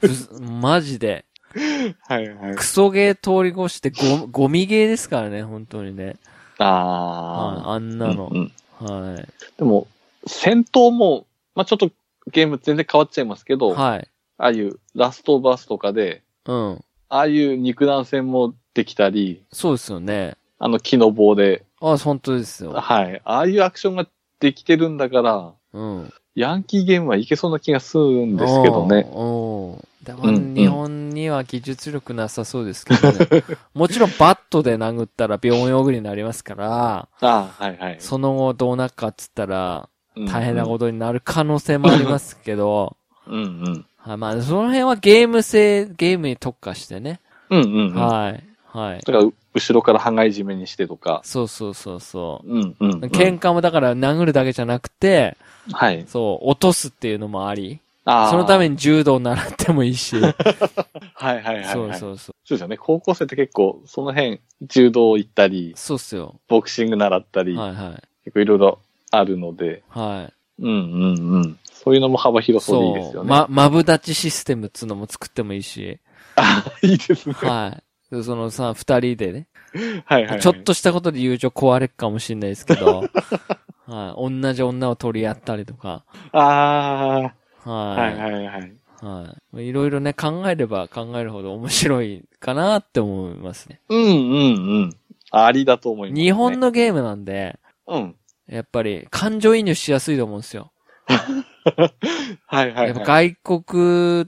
[SPEAKER 1] ふずマジで、
[SPEAKER 2] あ。はいはい。
[SPEAKER 1] クソゲー通り越してゴゴミゲーですからね、本当にね。はい
[SPEAKER 2] ああ。
[SPEAKER 1] あんなの
[SPEAKER 2] うん。うん
[SPEAKER 1] は
[SPEAKER 2] でも、戦闘も、まあちょっとゲーム全然変わっちゃいますけ
[SPEAKER 1] い。
[SPEAKER 2] ど、あ
[SPEAKER 1] はい。
[SPEAKER 2] あいうラストバースとかで、
[SPEAKER 1] うん。
[SPEAKER 2] ああいう肉弾戦もできたり、
[SPEAKER 1] そうですよね。
[SPEAKER 2] あの木の棒で、
[SPEAKER 1] あ、本当ですよ。
[SPEAKER 2] はい。ああいうアクションができてるんだから、
[SPEAKER 1] うん。
[SPEAKER 2] ヤンキーゲームはいけそうな気がするんですけどね。
[SPEAKER 1] おー。おーでも、
[SPEAKER 2] うんうん
[SPEAKER 1] 日本には技術力なさそうですけど
[SPEAKER 2] (laughs)
[SPEAKER 1] ね。もちろんバットで殴ったら病院送りになりますから、
[SPEAKER 2] ああ、はいはい。。
[SPEAKER 1] その後どうなっかっつったら、大変なこととになる可能性もありますけど、
[SPEAKER 2] うんうん。
[SPEAKER 1] はいまあ、その辺はゲーム性、ゲームに特化してね。
[SPEAKER 2] うんうんうん。だ
[SPEAKER 1] はい。はい。
[SPEAKER 2] から、う後ろから羽交い締めにしてとか。
[SPEAKER 1] そうそうそうそう。
[SPEAKER 2] うんうん、うん。
[SPEAKER 1] 喧嘩もだから殴るだけじゃなくて、
[SPEAKER 2] はい。
[SPEAKER 1] そう、落とすっていうのもあり、
[SPEAKER 2] ああ。
[SPEAKER 1] そのため
[SPEAKER 2] に。
[SPEAKER 1] に柔道習ってもいいし、
[SPEAKER 2] はいはいはい、はい。
[SPEAKER 1] そう
[SPEAKER 2] そう。
[SPEAKER 1] そうそう。
[SPEAKER 2] ですよね。高校生って結構、その辺、柔道行ったり、
[SPEAKER 1] そうっすよ。
[SPEAKER 2] ボクシング習ったり、
[SPEAKER 1] はいはい。
[SPEAKER 2] 結構いろいろあるので、
[SPEAKER 1] はい。
[SPEAKER 2] うんうんうん。そういうのも幅広そうでいいですよね。
[SPEAKER 1] ま、マブダチシステムっつうのも作ってもいいし。
[SPEAKER 2] いいですね。は
[SPEAKER 1] はい。でそのさ、二人でね、
[SPEAKER 2] いはい、はい。
[SPEAKER 1] ちょっ。としたことで友情壊れっかもしれないですけ
[SPEAKER 2] (laughs)
[SPEAKER 1] ど。はい。同じ女を取り合ったりとか。
[SPEAKER 2] ああ、は
[SPEAKER 1] はいい。
[SPEAKER 2] はいはい。
[SPEAKER 1] はい。いろいろね、考えれば考えるほど面白いかなって思いますね。
[SPEAKER 2] うんうんうん。ありだと思います、ね。
[SPEAKER 1] 日本。のゲームなんで、
[SPEAKER 2] うん。
[SPEAKER 1] やっぱり感情移入しやすいと思うんですよ。
[SPEAKER 2] はいはい、
[SPEAKER 1] やっぱ
[SPEAKER 2] は
[SPEAKER 1] 外国、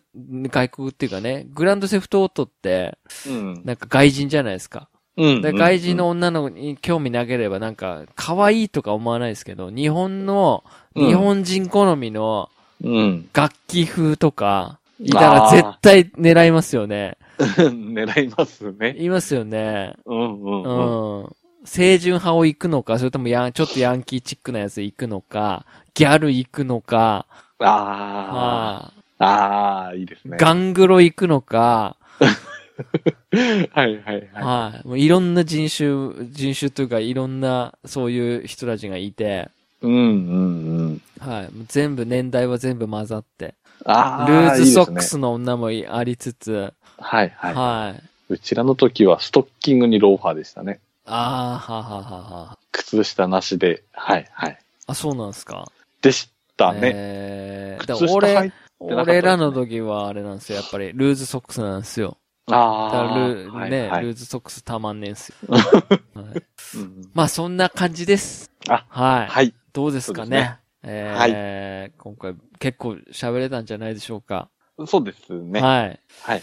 [SPEAKER 1] 外国っていうかね、グランドセフトオートって、
[SPEAKER 2] い。うん。
[SPEAKER 1] なんか外人じゃないですか。
[SPEAKER 2] うん
[SPEAKER 1] で外人の女の子に興味なければなんか、可愛いとか思わないですけど、日本の、
[SPEAKER 2] うん
[SPEAKER 1] 日本人好みの
[SPEAKER 2] うん。 (laughs)
[SPEAKER 1] 楽器風とか、いたら絶対狙いますよね。
[SPEAKER 2] 狙いますね。
[SPEAKER 1] いますよね。
[SPEAKER 2] うんうん
[SPEAKER 1] う
[SPEAKER 2] うん。
[SPEAKER 1] ん。清純派を行くのか、それともやん、ちょっとヤンキーチックなやつ行くのか、ギャル行くのか、
[SPEAKER 2] あ
[SPEAKER 1] は
[SPEAKER 2] あ。ああ、いいです
[SPEAKER 1] い
[SPEAKER 2] ね。
[SPEAKER 1] ガングロ行くのか、
[SPEAKER 2] はいはいは
[SPEAKER 1] はい。もういろんな人種、人種というかいろんなそういう人たちがいて、
[SPEAKER 2] い。うんうんうん。
[SPEAKER 1] はい。もう全部、年代は全部混ざって。
[SPEAKER 2] ああ。
[SPEAKER 1] ルー
[SPEAKER 2] いいで
[SPEAKER 1] ズ
[SPEAKER 2] す
[SPEAKER 1] ソ
[SPEAKER 2] ね
[SPEAKER 1] ックスの女もいありつつ、
[SPEAKER 2] はい
[SPEAKER 1] は。
[SPEAKER 2] はいい。うちらの時はストッキングにローファーでしたね。
[SPEAKER 1] あー、はははは。
[SPEAKER 2] 靴下なしで。はいはい。
[SPEAKER 1] あ、そうなんですか。
[SPEAKER 2] でしたね。
[SPEAKER 1] えー、だ
[SPEAKER 2] 靴
[SPEAKER 1] から
[SPEAKER 2] 下入
[SPEAKER 1] 俺、
[SPEAKER 2] っなかったですね
[SPEAKER 1] 俺らの時はあれなんですよ。やっぱり、ルーズソックスなんですよ。だ
[SPEAKER 2] あ
[SPEAKER 1] からル
[SPEAKER 2] あ。
[SPEAKER 1] ね、
[SPEAKER 2] はいは
[SPEAKER 1] ル
[SPEAKER 2] い
[SPEAKER 1] ーズソックスたまんねんすよ。はい
[SPEAKER 2] うん
[SPEAKER 1] まあそんな感じです。
[SPEAKER 2] あ
[SPEAKER 1] はい。
[SPEAKER 2] はい。
[SPEAKER 1] どうですか
[SPEAKER 2] そうで
[SPEAKER 1] ね
[SPEAKER 2] すね。
[SPEAKER 1] えー今回結構喋れたんじゃないでしょうか。
[SPEAKER 2] そうですね。は
[SPEAKER 1] はい。
[SPEAKER 2] いはい。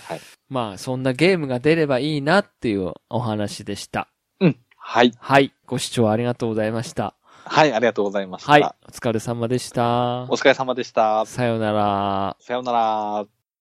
[SPEAKER 1] まあそんなゲームが出ればいいなっていうお話でした。
[SPEAKER 2] うん。はい。
[SPEAKER 1] はい。ご視聴ありがとうございました。
[SPEAKER 2] はい、ありがとうございました。
[SPEAKER 1] はい。お疲れ様でした
[SPEAKER 2] お。疲れ様でした。
[SPEAKER 1] さようなら。
[SPEAKER 2] さようなら。